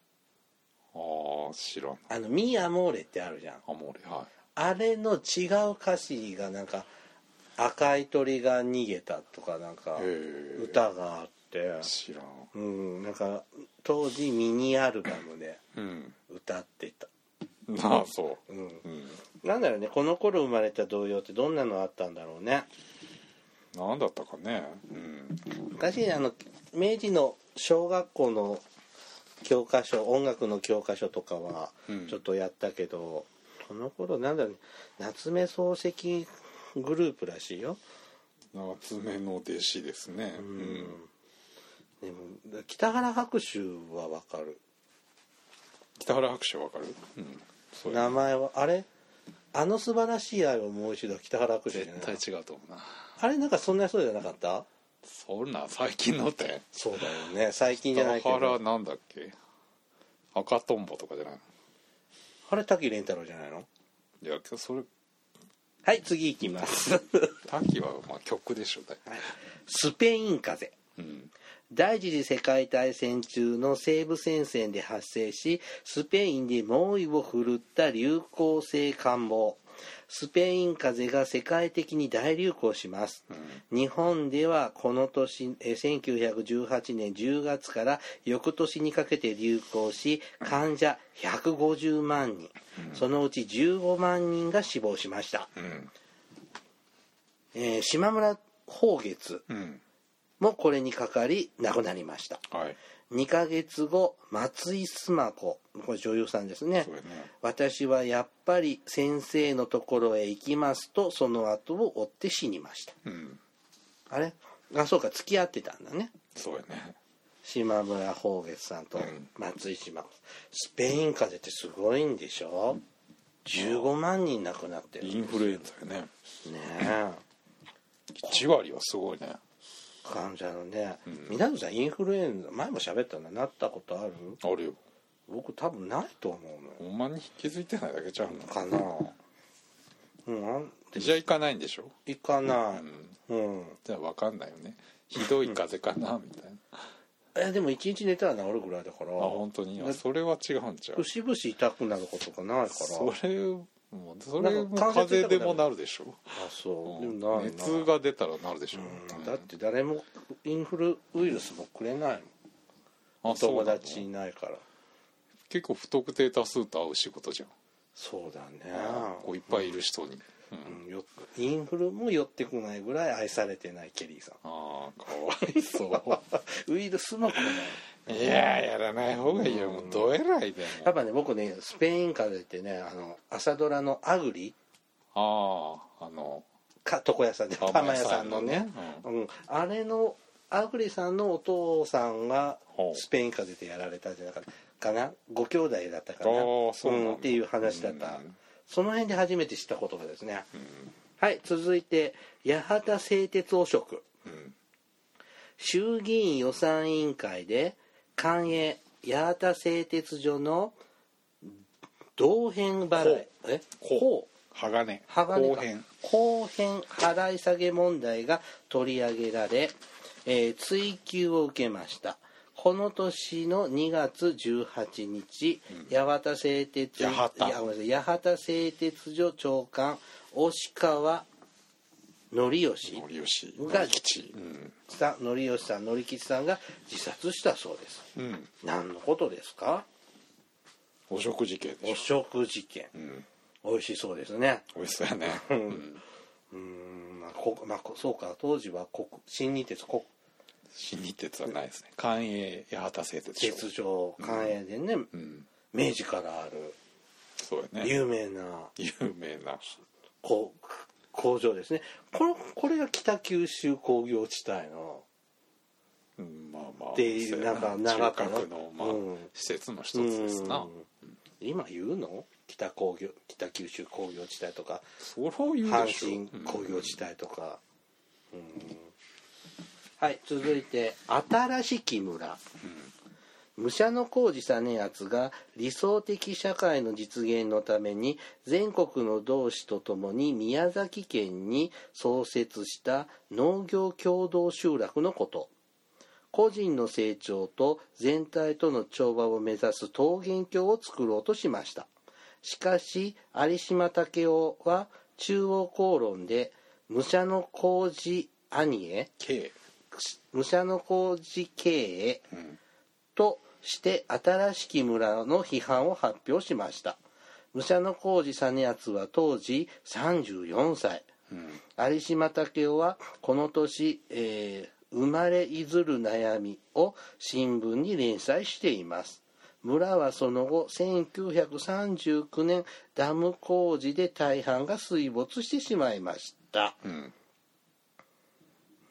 Speaker 2: ょああ知らない
Speaker 1: あの「ミアモーレ」ってあるじゃん
Speaker 2: あもう俺はい
Speaker 1: あれの違う歌詞がなんか「赤い鳥が逃げた」とかなんか
Speaker 2: へー
Speaker 1: 歌があって
Speaker 2: 知らん
Speaker 1: うんなんか当時ミニアルバムで
Speaker 2: うん
Speaker 1: 歌ってた
Speaker 2: なあそ
Speaker 1: うん
Speaker 2: う、うん、
Speaker 1: なんだろうねこの頃生まれた童謡ってどんなのあったんだろうね
Speaker 2: なんだったかねうん
Speaker 1: 昔あの明治の小学校の教科書音楽の教科書とかは
Speaker 2: うん
Speaker 1: ちょっとやったけど、この頃なんだろうね夏目漱石グループらしいよ、
Speaker 2: 夏目の弟子ですねう
Speaker 1: うん
Speaker 2: ん
Speaker 1: でも北原白秋はわかる
Speaker 2: 北原白書わかるうんそういう
Speaker 1: 名前はあれあの素晴らしい愛をもう一度北原白秋じゃ
Speaker 2: 絶
Speaker 1: ない
Speaker 2: 対違うと思うな
Speaker 1: あれなんかそんな人じゃなかった
Speaker 2: そんな最近のって
Speaker 1: そうだよね最近じゃな
Speaker 2: 北
Speaker 1: いけど
Speaker 2: 原なんだっけ赤とんぼとかじゃないの
Speaker 1: あれ滝蓮太郎じゃないの
Speaker 2: いやそれ
Speaker 1: はい次行きます
Speaker 2: 滝はまあ曲でしょだい
Speaker 1: スペイン風邪
Speaker 2: うん
Speaker 1: 第一次世界大戦中の西部戦線で発生しスペインで猛威を振るった流行性感冒スペイン風邪が世界的に大流行します、日本ではこの年えー1918年10月から翌年にかけて流行し患者150万人、そのうち15万人が死亡しました、
Speaker 2: うん
Speaker 1: えー島村宝月
Speaker 2: うん
Speaker 1: もこれにかかり亡くなりました
Speaker 2: はい
Speaker 1: 2ヶ月後松井須磨子これ女優さんですね
Speaker 2: そうやね
Speaker 1: 私はやっぱり先生のところへ行きますとその後を追って死にました
Speaker 2: うん
Speaker 1: あれあそうか付き合ってたんだね
Speaker 2: そうやね
Speaker 1: 島村宝月さんと
Speaker 2: うん
Speaker 1: 松井島子スペイン風邪ってすごいんでしょ15万人亡くなってる
Speaker 2: イ
Speaker 1: ね
Speaker 2: ンフルエンザやね
Speaker 1: え
Speaker 2: 1割はすごいね
Speaker 1: 患者のね港さんインフルエンザ前も喋ったんだなったことある
Speaker 2: あるよ
Speaker 1: 僕多分ないと思うのよ
Speaker 2: ほんまに気づいてないだけちゃうの
Speaker 1: かなうん
Speaker 2: じゃあ行かないんでしょ
Speaker 1: 行かない、うん
Speaker 2: じゃあ分かんないよねひどい風邪かなみたいなあ
Speaker 1: えでも一日寝たら治るぐらいだから
Speaker 2: 本当にあそれは違うんちゃう
Speaker 1: 節々痛くなることがないから
Speaker 2: それもうそれも風邪でもなるでしょ
Speaker 1: あそうう、
Speaker 2: ん
Speaker 1: でもないな
Speaker 2: 熱が出たらなるでしょ
Speaker 1: うんだって誰もインフルウイルスもくれないもん
Speaker 2: あそう
Speaker 1: 友
Speaker 2: なの
Speaker 1: 達いないから
Speaker 2: 結構不特定多数と会う仕事じゃん
Speaker 1: そうだね
Speaker 2: こういっぱいいる人に、うん
Speaker 1: うんよインフルも寄ってこないぐらい愛されてないケリーさん
Speaker 2: ああかわ いそ
Speaker 1: ウイルスも来ないう
Speaker 2: いややらない方がいいよもうどえらいで
Speaker 1: や
Speaker 2: も
Speaker 1: っぱね僕ねスペイン風邪ってねあの朝ドラの「アグリ
Speaker 2: あああの」
Speaker 1: か床屋さんで
Speaker 2: パン
Speaker 1: 玉屋さんのね
Speaker 2: 屋さんの
Speaker 1: う
Speaker 2: ね
Speaker 1: んあれのアグリさんのお父さんが
Speaker 2: ほう
Speaker 1: スペイン風邪でやられたんじゃなかったかなご兄弟だったかな
Speaker 2: あーそうなんだ
Speaker 1: んっていう話だった
Speaker 2: うん
Speaker 1: その辺で初めて知った言葉ですねはい続いて八幡製鉄汚職
Speaker 2: うん
Speaker 1: 衆議院予算委員会で官営八幡製鉄所の同編払いえ
Speaker 2: こう
Speaker 1: こう
Speaker 2: 鋼
Speaker 1: 鋼
Speaker 2: 後
Speaker 1: か
Speaker 2: 編
Speaker 1: 後編払い下げ問題が取り上げられ、えー追及を受けましたこの年の2月18日、八幡製鉄
Speaker 2: 八幡
Speaker 1: いやごめんなさい八幡製鉄所長官押川則義
Speaker 2: 森吉
Speaker 1: が
Speaker 2: 吉うん、
Speaker 1: さん則義さん則吉さんが自殺したそうです
Speaker 2: うん、
Speaker 1: 何のことですか
Speaker 2: お食事系でし
Speaker 1: 汚
Speaker 2: ょ
Speaker 1: 職事件、
Speaker 2: ん
Speaker 1: 美味しそうですね
Speaker 2: 美味しそうやね、うん、
Speaker 1: うーんまあ、こまあ、こそうか当時は国新日鉄国
Speaker 2: 新日鉄はないですね官営八幡製鉄所
Speaker 1: 鉄上関営でね、
Speaker 2: うん
Speaker 1: 明治からある
Speaker 2: そうやね
Speaker 1: 有名な
Speaker 2: 有名な
Speaker 1: こう工場ですねこのこれが北九州工業地帯の
Speaker 2: うんまあまあ
Speaker 1: っていう
Speaker 2: そうや
Speaker 1: なんか長く
Speaker 2: 中核の、まあ
Speaker 1: うん
Speaker 2: 施設の一つですな、
Speaker 1: うん今言うの北工業北九州工業地帯とか
Speaker 2: それを言う
Speaker 1: 阪
Speaker 2: でしょ
Speaker 1: 神工業地帯とか、うんはい続いて新しき村、武者の工事実篤が理想的社会の実現のために全国の同志とともに宮崎県に創設した農業共同集落のこと個人の成長と全体との調和を目指す桃源郷を作ろうとしましたしかし有島武雄は中央公論で武者の工事兄へ
Speaker 2: K
Speaker 1: 武者の工事経営
Speaker 2: ん
Speaker 1: として新しき村の批判を発表しました武者の工事実篤は当時34歳
Speaker 2: うん
Speaker 1: 有島武雄はこの年、えー生まれいずる悩み」を新聞に連載しています村はその後1939年ダム工事で大半が水没してしまいました
Speaker 2: うん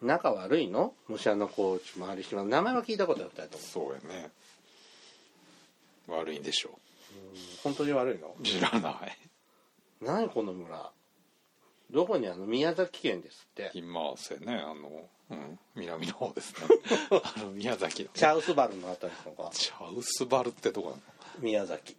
Speaker 1: 仲悪いの武者の工事も有島名前は聞いたことある2人とも
Speaker 2: そうやね悪いんでしょ
Speaker 1: 本当に悪いの
Speaker 2: う知らない
Speaker 1: 何この村どこにあるの宮崎県ですって
Speaker 2: 今せねあの、うん、南の方です ねあの宮崎のね
Speaker 1: チャウスバルのあたりとか
Speaker 2: チャウスバルってとこなの
Speaker 1: 宮崎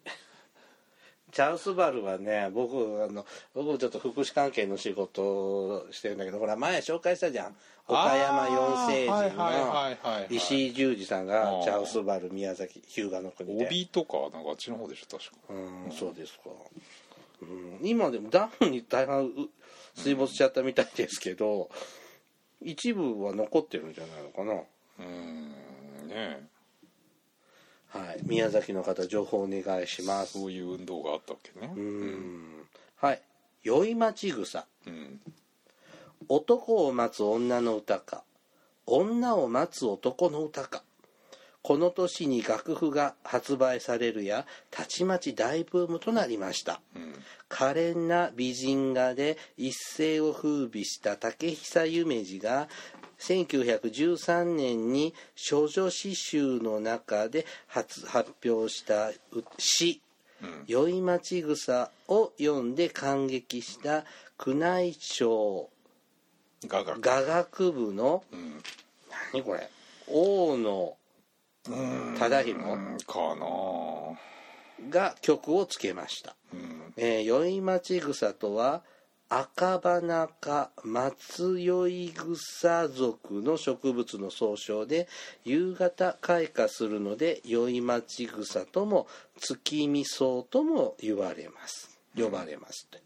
Speaker 1: チャンスバルはね僕あの僕ちょっと福祉関係の仕事をしてるんだけどほら前紹介したじゃん岡山四聖
Speaker 2: あー
Speaker 1: 人
Speaker 2: はいはいはいはいは
Speaker 1: の
Speaker 2: い
Speaker 1: 石井十二さんが
Speaker 2: あー
Speaker 1: チャウスバル宮崎日向の国で
Speaker 2: 帯とかなんかあっちの方でしょ確か
Speaker 1: うんそうですか、うん、今でもダムに大半う水没しちゃったみたいですけど、一部は残ってるんじゃないのかな
Speaker 2: うーんねえ
Speaker 1: はい、宮崎の方情報お願いします。
Speaker 2: そういう運動があったわけね
Speaker 1: うーん、はい、宵町草、
Speaker 2: うん
Speaker 1: 男を待つ女の歌か、女を待つ男の歌か。この年に楽譜が発売されるや、たちまち大ブームとなりました。
Speaker 2: うん
Speaker 1: 可憐な美人画で一世を風靡した竹久夢二が1913年に少女詩集の中で発発表したう詩「宵町草」を読んで感激した宮内省
Speaker 2: ガガ
Speaker 1: 雅楽部の
Speaker 2: うん
Speaker 1: 何これ大野忠
Speaker 2: う
Speaker 1: 宏
Speaker 2: んかなあ
Speaker 1: が曲をつけました。
Speaker 2: うん
Speaker 1: えー、宵町草とは赤花科松宵草属の植物の総称で夕方開花するので宵町草とも月見草とも言われます、呼ばれますって、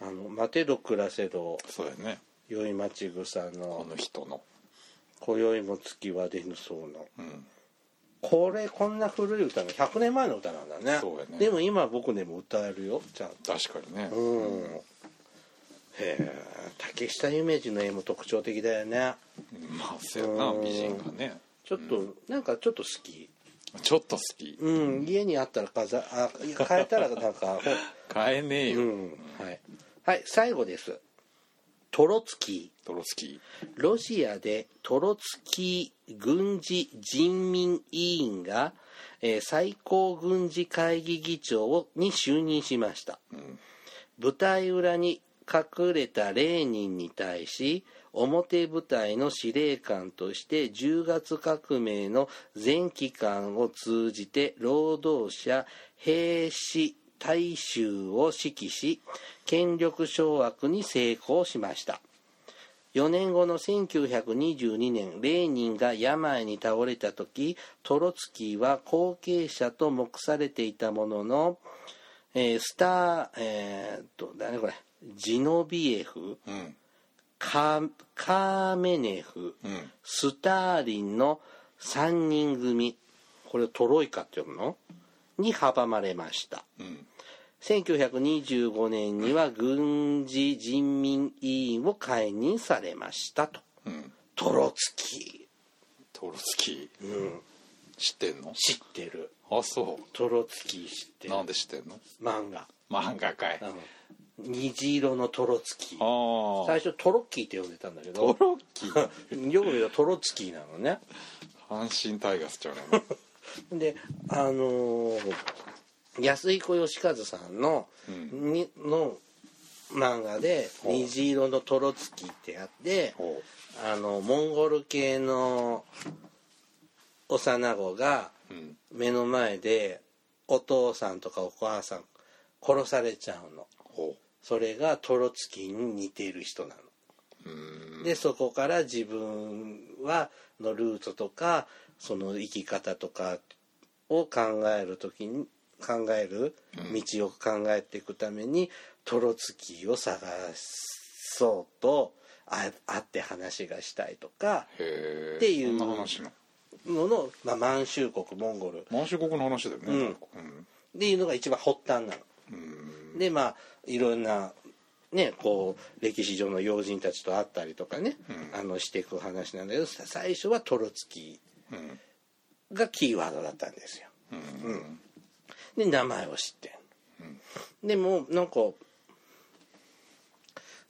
Speaker 1: あの「待てど暮らせど
Speaker 2: そうやね
Speaker 1: 宵町草
Speaker 2: こ
Speaker 1: の
Speaker 2: の人の
Speaker 1: 今宵も月は出ぬそうの」
Speaker 2: うん
Speaker 1: これこんな古い歌の100年前の歌なんだね
Speaker 2: そうやね
Speaker 1: でも今僕でも歌えるよちゃんと
Speaker 2: 確かにね、
Speaker 1: うんへえ竹下夢二の絵も特徴的だよね
Speaker 2: まあそうやな
Speaker 1: うん
Speaker 2: 美人がね
Speaker 1: ちょっと、なんかちょっと好き
Speaker 2: ちょっと好き
Speaker 1: うん家にあったら飾あ変えたらなんか
Speaker 2: 買えねえ
Speaker 1: う
Speaker 2: よ、
Speaker 1: んはい、はい、最後ですトロツキー
Speaker 2: トロツキ
Speaker 1: ロシアでトロツキー軍事人民委員が、えー最高軍事会議議長をに就任しました、舞台裏に隠れたレーニンに対し表舞台の司令官として10月革命の全期間を通じて労働者兵士大衆を指揮し権力掌握に成功しました4年後の1922年レーニンが病に倒れた時トロツキーは後継者と目されていたものの、えースターえーっと誰これジノビエフ
Speaker 2: ーうん
Speaker 1: カーカーメネフ、
Speaker 2: うん
Speaker 1: スターリンの3人組これトロイカって呼ぶのに阻まれました
Speaker 2: うん
Speaker 1: 1925年には軍事人民委員を解任されましたと
Speaker 2: うん
Speaker 1: トロツキ
Speaker 2: トロツキ
Speaker 1: ー、うん、
Speaker 2: 知ってんの
Speaker 1: 知ってる
Speaker 2: あそ
Speaker 1: トロツキー知って
Speaker 2: う
Speaker 1: る
Speaker 2: なんで知ってんの
Speaker 1: 漫画、
Speaker 2: 漫画かい
Speaker 1: あ
Speaker 2: あ
Speaker 1: の虹色のトロツキー
Speaker 2: あ
Speaker 1: 最初トロッキーって呼んでたんだけど
Speaker 2: トロキ阪
Speaker 1: よく見たらトロツキーなのね
Speaker 2: 神タイガー スちゃうね
Speaker 1: であのー安彦義和さんの,、にの漫画で「
Speaker 2: う
Speaker 1: 虹色のトロツキー」ってあって
Speaker 2: ほう
Speaker 1: あのモンゴル系の幼子が
Speaker 2: うん
Speaker 1: 目の前でお父さんとかお母さん殺されちゃうの
Speaker 2: ほ
Speaker 1: それがトロツキーに似てる人なの
Speaker 2: ううん
Speaker 1: でそこから自分はのルートとかその生き方とかを考える時に考える道を考えていくためにトロツキーを探そうとあ会って話がしたいとか
Speaker 2: へえ
Speaker 1: っていう
Speaker 2: そんな話なの
Speaker 1: のの、まあ、満州国モンゴルっ
Speaker 2: 満州国の話だよね
Speaker 1: うん
Speaker 2: うん
Speaker 1: ていうのが一番発端なの。
Speaker 2: うん
Speaker 1: でまあいろんなねこう歴史上の要人たちと会ったりとかね、あのしていく話なんだけどさ最初はトロツキ
Speaker 2: うん
Speaker 1: ーがキーワードだったんですよ。
Speaker 2: うん
Speaker 1: で名前を知ってんでもなんか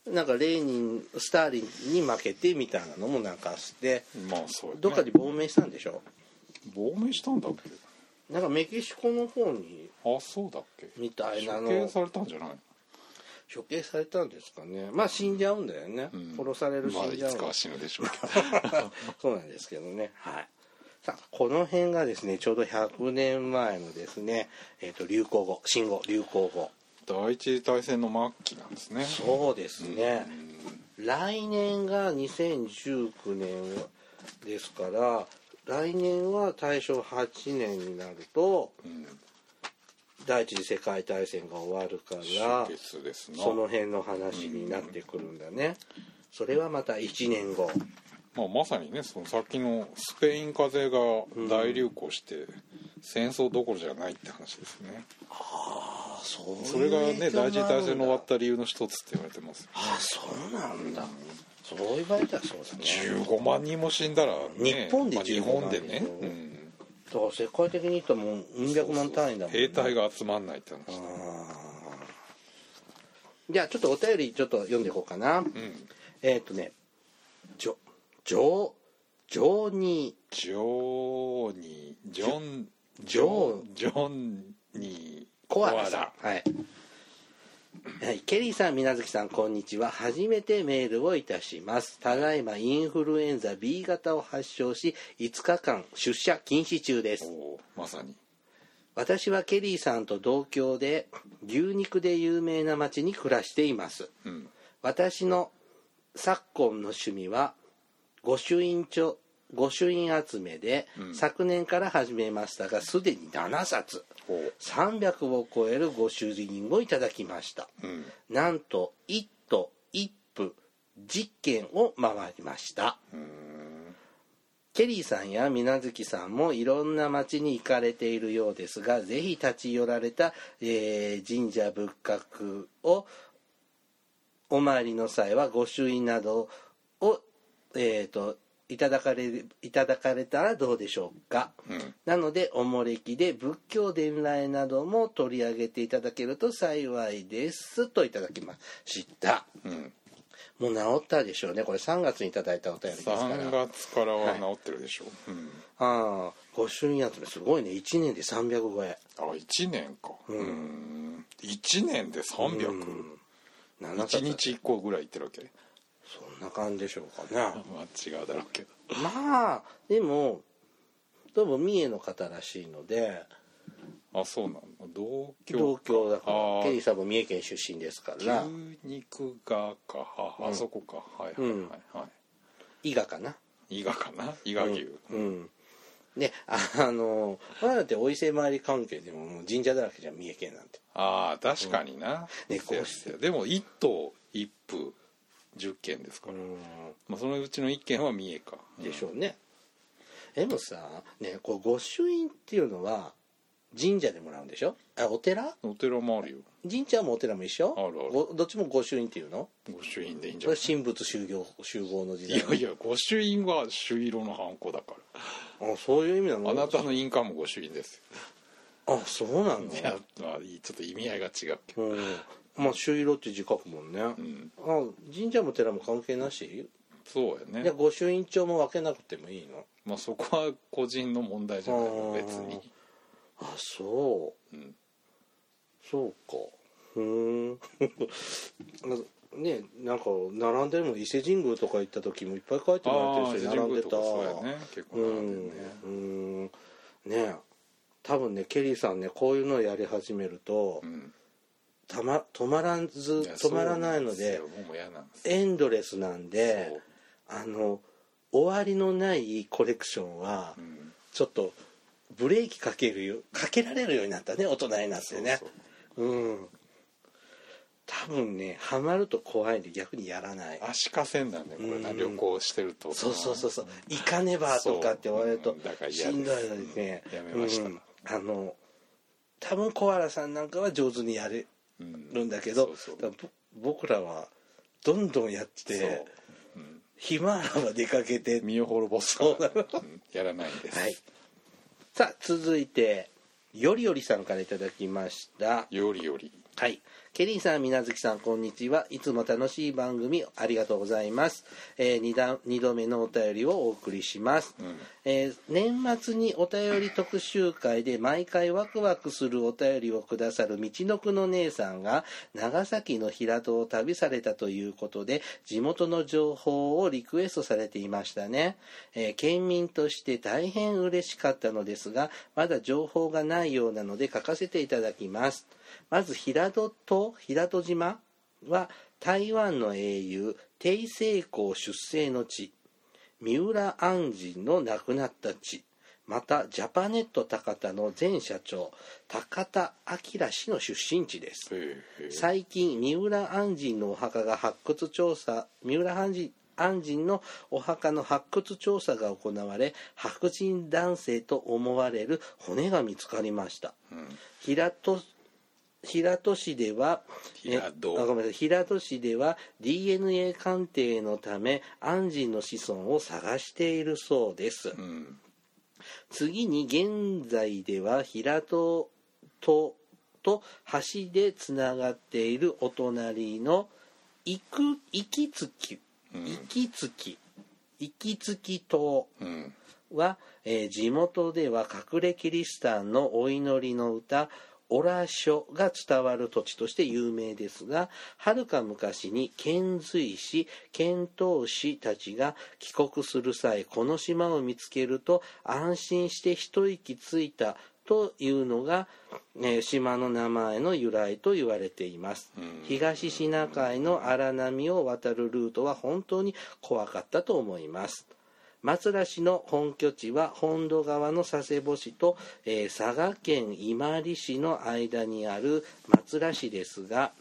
Speaker 1: なんかレーニンスターリンに負けてみたいなのもなんかして
Speaker 2: まあそうやね
Speaker 1: どっかで亡命したんでしょ
Speaker 2: 亡命したんだっけ
Speaker 1: なんかメキシコの方に
Speaker 2: あそうだっけ
Speaker 1: みたいな
Speaker 2: 処
Speaker 1: の
Speaker 2: 刑されたんじゃない
Speaker 1: 処刑されたんですかねまあ死んじゃうんだよね、
Speaker 2: うん
Speaker 1: 殺される死
Speaker 2: まあ
Speaker 1: ん
Speaker 2: い
Speaker 1: じゃう
Speaker 2: つ
Speaker 1: の
Speaker 2: かは死ぬでしょうけど
Speaker 1: そうなんですけどね。はい。さあ、この辺がですね、ちょうど100年前のですね、えっ、と、流行語、新語、流行語。
Speaker 2: 第一次大戦の末期なんですね
Speaker 1: そうですね。来年が2019年ですから、来年は大正8年になると、
Speaker 2: うん
Speaker 1: 第一次世界大戦が終わるから
Speaker 2: 出、血ですな
Speaker 1: その辺の話になってくるんだね。それはまた1年後。
Speaker 2: まあ、まさにねその先のスペイン風邪が大流行して、戦争どころじゃないって話ですね
Speaker 1: あ、そう
Speaker 2: それがね第一次大戦の終わった理由の一つって言われてますよ
Speaker 1: あそうなんだ、そう言われたらそうだね
Speaker 2: 15万人も死んだら、ね、
Speaker 1: 日本で
Speaker 2: まあ日
Speaker 1: 15万人
Speaker 2: 本でね、
Speaker 1: う
Speaker 2: うん、
Speaker 1: だから世界的に言ったらもう200万単位だもん、ね、
Speaker 2: 兵隊が集まんないって話だ
Speaker 1: じゃあちょっとお便りちょっと読んでいこうかな、
Speaker 2: うん
Speaker 1: えーっ、とねジョジョジョニ
Speaker 2: ジョーニージョン
Speaker 1: ジョ
Speaker 2: ジョンニー
Speaker 1: ーコアラさんはいはい、ケリーさん、水無月さん、こんにちは。初めてメールをいたします。ただいまインフルエンザ B 型を発症し、5日間出社禁止中です
Speaker 2: お。おーまさに
Speaker 1: 私はケリーさんと同郷で牛肉で有名な町に暮らしています
Speaker 2: うん
Speaker 1: 私の昨今の趣味は御朱印帳御朱印集めで、
Speaker 2: うん
Speaker 1: 昨年から始めましたがすでに7冊
Speaker 2: ほう
Speaker 1: 300を超える御朱印をいただきました
Speaker 2: うん
Speaker 1: なんと一都一府実験を回りましたケリーさんや水無月さんもいろんな町に行かれているようですがぜひ立ち寄られた、えー神社仏閣をお参りの際は御朱印などを、えー、といただかれいただかれたらどうでしょうか、
Speaker 2: うん
Speaker 1: なのでおもれきで仏教伝来なども取り上げていただけると幸いですといただきました
Speaker 2: うん
Speaker 1: もう治ったでしょうねこれ3月にいただいたお便りですから
Speaker 2: 3月からは治ってるでしょう、うん
Speaker 1: ああ御朱印集めすごいね1年で300超え
Speaker 2: あ1年かうんん1年で300
Speaker 1: 7
Speaker 2: 1日1個ぐらいいってるわけ
Speaker 1: そんな感じでしょうかね
Speaker 2: まあ違うだろうけど
Speaker 1: まあでも多分三重の方らしいので
Speaker 2: あそうなんだ同居
Speaker 1: 同郷だから
Speaker 2: あ
Speaker 1: ケリーさんも三重県出身ですから
Speaker 2: 牛肉がかああそこか、はいはいはいは
Speaker 1: 伊賀かない
Speaker 2: 伊賀かな伊賀牛、
Speaker 1: うんねああのまだだってお伊勢参り関係でももう神社だらけじゃん三重県なんて
Speaker 2: ああ確かにな、
Speaker 1: うんねこう
Speaker 2: ですよでも一頭一府10件ですから、
Speaker 1: う
Speaker 2: まあ、そのうちの1件は三重か、
Speaker 1: んでしょうね、でもさねこう御朱印っていうのは神社でもらうんでしょあお寺
Speaker 2: お寺もあるよ
Speaker 1: 神社もお寺も一緒
Speaker 2: あるある
Speaker 1: ごどっちも御朱印っていうの
Speaker 2: 御朱印でいいんじ
Speaker 1: そ
Speaker 2: ゃ
Speaker 1: れ
Speaker 2: な
Speaker 1: はい神仏集合集合の時
Speaker 2: い
Speaker 1: 代
Speaker 2: やいや御朱印は朱色のハンコだか
Speaker 1: あそういう意味なの
Speaker 2: らあなたの印鑑も御朱印です
Speaker 1: あそうなの
Speaker 2: よいや、まあ、いいちょっと意味合いが違うけど
Speaker 1: うんまあ朱色って字書くもんね、
Speaker 2: ん
Speaker 1: あ神社も寺も関係なし
Speaker 2: そうや
Speaker 1: じゃ
Speaker 2: ね
Speaker 1: あ御朱印帳も分けなくてもいいの
Speaker 2: まあそこは個人の問題じゃないの別に
Speaker 1: あそう、
Speaker 2: うん
Speaker 1: そうかふーん なねなんか並んでるもん伊勢神宮とか行った時もいっぱい書いて
Speaker 2: あ
Speaker 1: もらって
Speaker 2: あ
Speaker 1: るし
Speaker 2: ー
Speaker 1: 並んで
Speaker 2: 神宮と
Speaker 1: た
Speaker 2: かそうやね結構
Speaker 1: う
Speaker 2: 並ん
Speaker 1: ん
Speaker 2: でるね
Speaker 1: うんねえ多分ねケリーさんねこういうのをやり始めると、
Speaker 2: うん
Speaker 1: たま止まらず
Speaker 2: や
Speaker 1: 止まらないので
Speaker 2: そうなんすよもう嫌なんです
Speaker 1: エンドレスなん
Speaker 2: そ
Speaker 1: で
Speaker 2: う
Speaker 1: あの終わりのないコレクションは
Speaker 2: うん
Speaker 1: ちょっとブレーキかけるよかけられるようになったね大人になってね
Speaker 2: そうそう
Speaker 1: うん多分ねハマると怖いんで逆にやらない
Speaker 2: 足かせんだねこれな
Speaker 1: うん
Speaker 2: 旅行してると
Speaker 1: そうそうそうそう行かねばとかって言われると
Speaker 2: そううんだから
Speaker 1: し
Speaker 2: 嫌です
Speaker 1: んどいのにね
Speaker 2: やめました
Speaker 1: うんあの多分小原さんなんかは上手にやれ
Speaker 2: うん
Speaker 1: るんだけど、
Speaker 2: そうそう
Speaker 1: 多分ぼ僕らはどんどんやっ
Speaker 2: そう
Speaker 1: て暇あらば出かけて
Speaker 2: 身を滅ぼすからねうんやらないんです
Speaker 1: はいさあ続いてよりよりさんからいただきました
Speaker 2: よりより
Speaker 1: はい。ケリーさん、みなずきさん、こんにちは。いつも楽しい番組ありがとうございます。えー二段、二度目のお便りをお送りします。
Speaker 2: ん
Speaker 1: えー年末にお便り特集会で毎回ワクワクするお便りをくださる道のくの姉さんが長崎の平戸を旅されたということで地元の情報をリクエストされていましたね、えー県民として大変嬉しかったのですがまだ情報がないようなので書かせていただきますまず平戸と平戸島は台湾の英雄鄭成功出生の地三浦安仁の亡くなった地またジャパネット高田の前社長高田明氏の出身地です
Speaker 2: へえ
Speaker 1: 最近三浦安仁のお墓が発掘調査三浦安仁安仁のお墓の発掘調査が行われ白人男性と思われる骨が見つかりました
Speaker 2: うん
Speaker 1: 平戸平戸市ではえ
Speaker 2: 平戸
Speaker 1: あごめんなさい平戸市では DNA 鑑定のため安仁の子孫を探しているそうです、
Speaker 2: うん
Speaker 1: 次に現在では平戸とと橋でつながっているお隣の行く行きつき
Speaker 2: うん
Speaker 1: 行きつき行きつき島
Speaker 2: うん
Speaker 1: は、えー地元では隠れキリシタンのお祈りの歌「オラショ」が伝わる土地として有名ですがはるか昔に遣隋使遣唐使たちが帰国する際この島を見つけると安心して一息ついたというのが、えー島の名前の由来と言われています、東シナ海の荒波を渡るルートは本当に怖かったと思います松田氏の本拠地は本土側の佐世保市と、えー佐賀県伊万里市の間にある松田市ですが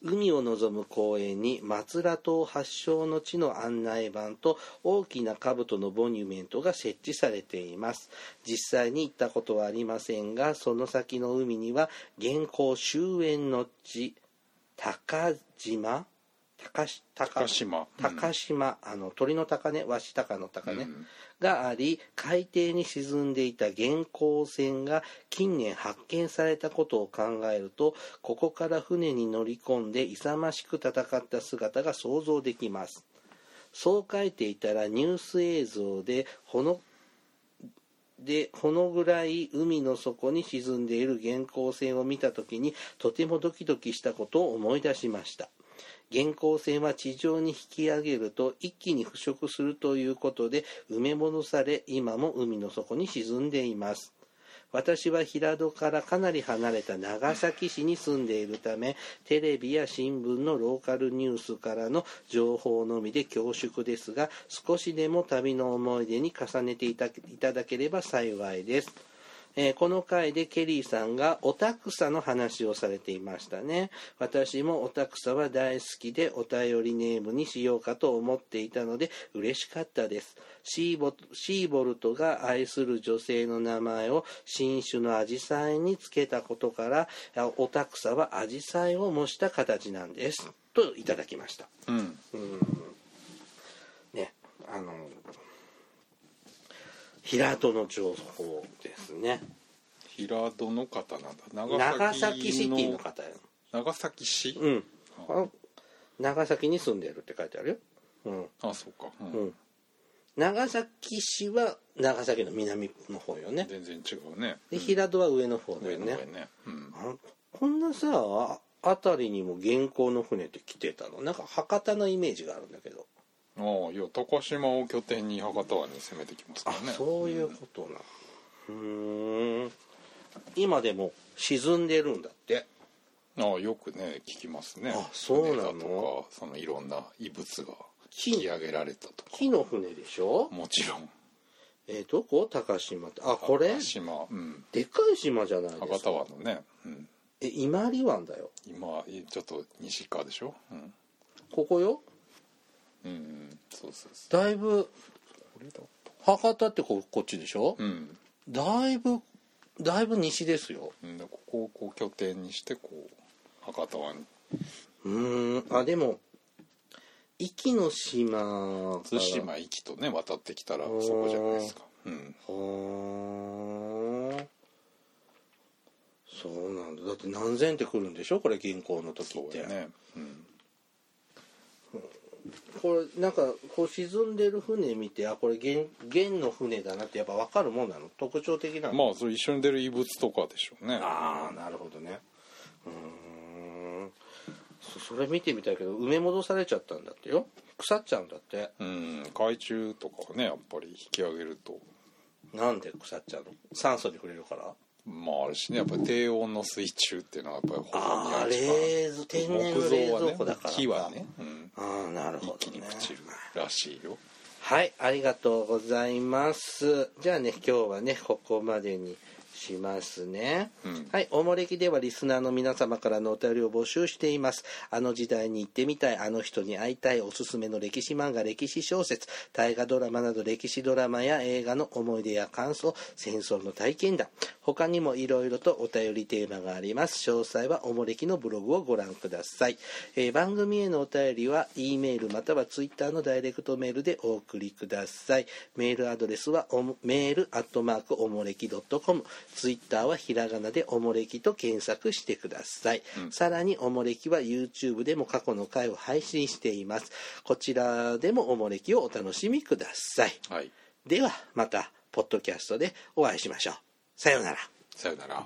Speaker 1: 海を望む公園に松田島発祥の地の案内板と大きな兜のボニュメントが設置されています実際に行ったことはありませんがその先の海には現行終焉の地高島高し
Speaker 2: 高島
Speaker 1: 高島、あの鳥の鷹ね鷲鷹の鷹ね、
Speaker 2: うん
Speaker 1: があり海底に沈んでいた現行船が近年発見されたことを考えるとここから船に乗り込んで勇ましく戦った姿が想像できますそう書いていたらニュース映像でほのでこのぐらい海の底に沈んでいる原稿船を見た時にとてもドキドキしたことを思い出しました原稿船は地上に引き上げると一気に腐食するということで埋め戻され今も海の底に沈んでいます私は平戸からかなり離れた長崎市に住んでいるためテレビや新聞のローカルニュースからの情報のみで恐縮ですが少しでも旅の思い出に重ねていたいただければ幸いですえーこの回でケリーさんがオタクさの話をされていましたね私もオタクさは大好きでお便りネームにしようかと思っていたので嬉しかったですシーボシーボルトが愛する女性の名前を新種のアジサイにつけたことからあオタクさはアジサイを模した形なんですといただきました
Speaker 2: うん
Speaker 1: ねあの平戸の情報ですね
Speaker 2: 平戸の方なんだ長
Speaker 1: 長崎シティの方や
Speaker 2: 長崎市、
Speaker 1: うんあ長崎に住んでるって書いてあるよ、
Speaker 2: あそうか、うん
Speaker 1: うんうん、長崎市は長崎の南の方よね
Speaker 2: 全然違うね
Speaker 1: で平戸は上の方だ
Speaker 2: 上
Speaker 1: よ
Speaker 2: の
Speaker 1: ね
Speaker 2: 上ね、うん、
Speaker 1: あこんなさ辺りにも原稿の船って来てたのなんか博多のイメージがあるんだけど
Speaker 2: ああいや高島を拠点に博多湾に攻めてきますか
Speaker 1: あ
Speaker 2: らね
Speaker 1: そういうことなうーん今でも沈んでるんだって
Speaker 2: ああよくね聞きますね
Speaker 1: あそうなの
Speaker 2: 船だとかそのいろんな異物が引き上げられたとか
Speaker 1: 木の船でしょ
Speaker 2: もちろん
Speaker 1: えーどこ高島ってあこれ
Speaker 2: 高島、うん、
Speaker 1: でかい島じゃないで
Speaker 2: 博
Speaker 1: すか
Speaker 2: 多湾のね、うん、
Speaker 1: え伊万里湾だよ
Speaker 2: 今ちょっと西側でしょ、うん
Speaker 1: ここよ
Speaker 2: うんうん、そうそうそ
Speaker 1: だいぶ
Speaker 2: うこれだ
Speaker 1: 博多ってここっちでしょ、
Speaker 2: うん、
Speaker 1: だいぶだいぶ西ですよ
Speaker 2: うん、でここをこう拠点にしてこう博多湾に
Speaker 1: うーんあでも壱岐の島から
Speaker 2: 対馬行きとね渡ってきたらそこじゃないですか、うん、
Speaker 1: はあそうなんだだって何千ってくるんでしょこれ銀行の時っ
Speaker 2: そう
Speaker 1: て、
Speaker 2: やね、うん、
Speaker 1: これなんかこう沈んでる船見てあこれ元元の船だなってやっぱ分かるもんなの特徴的なの、
Speaker 2: まあそれ一緒に出る異物とかでしょうね
Speaker 1: ああなるほどねうーんそそれ見てみたいけど埋め戻されちゃったんだってよ腐っちゃうんだって
Speaker 2: うん海中とかはねやっぱり引き上げると
Speaker 1: なんで腐っちゃうの酸素に触れるから
Speaker 2: まああるしねやっぱり低温の水中っていうのはやっぱり
Speaker 1: あ
Speaker 2: に
Speaker 1: あ
Speaker 2: る
Speaker 1: 冷蔵天然の冷蔵庫だからか
Speaker 2: 木はね、うん、
Speaker 1: ああなる
Speaker 2: 一
Speaker 1: ほ
Speaker 2: 気
Speaker 1: ど
Speaker 2: に
Speaker 1: ね
Speaker 2: 朽ちるらしいよ
Speaker 1: はいありがとうございますじゃあね今日はねここまでにしますね、
Speaker 2: うん
Speaker 1: はいおもれきではリスナーの皆様からのお便りを募集していますあの時代に行ってみたいあの人に会いたいおすすめの歴史漫画歴史小説大河ドラマなど歴史ドラマや映画の思い出や感想戦争の体験談他にもいろいろとお便りテーマがあります詳細はおもれきのブログをご覧ください、えー番組へのお便りは E メールまたは Twitter のダイレクトメールでお送りくださいメールアドレスはおもメールアットマークおもれき .com ツイッターはひらがなでおもれきと検索してください、さらにおもれきは YouTube でも過去の回を配信していますこちらでもおもれきをお楽しみください
Speaker 2: はい
Speaker 1: ではまたポッドキャストでお会いしましょうさようなら
Speaker 2: さよなら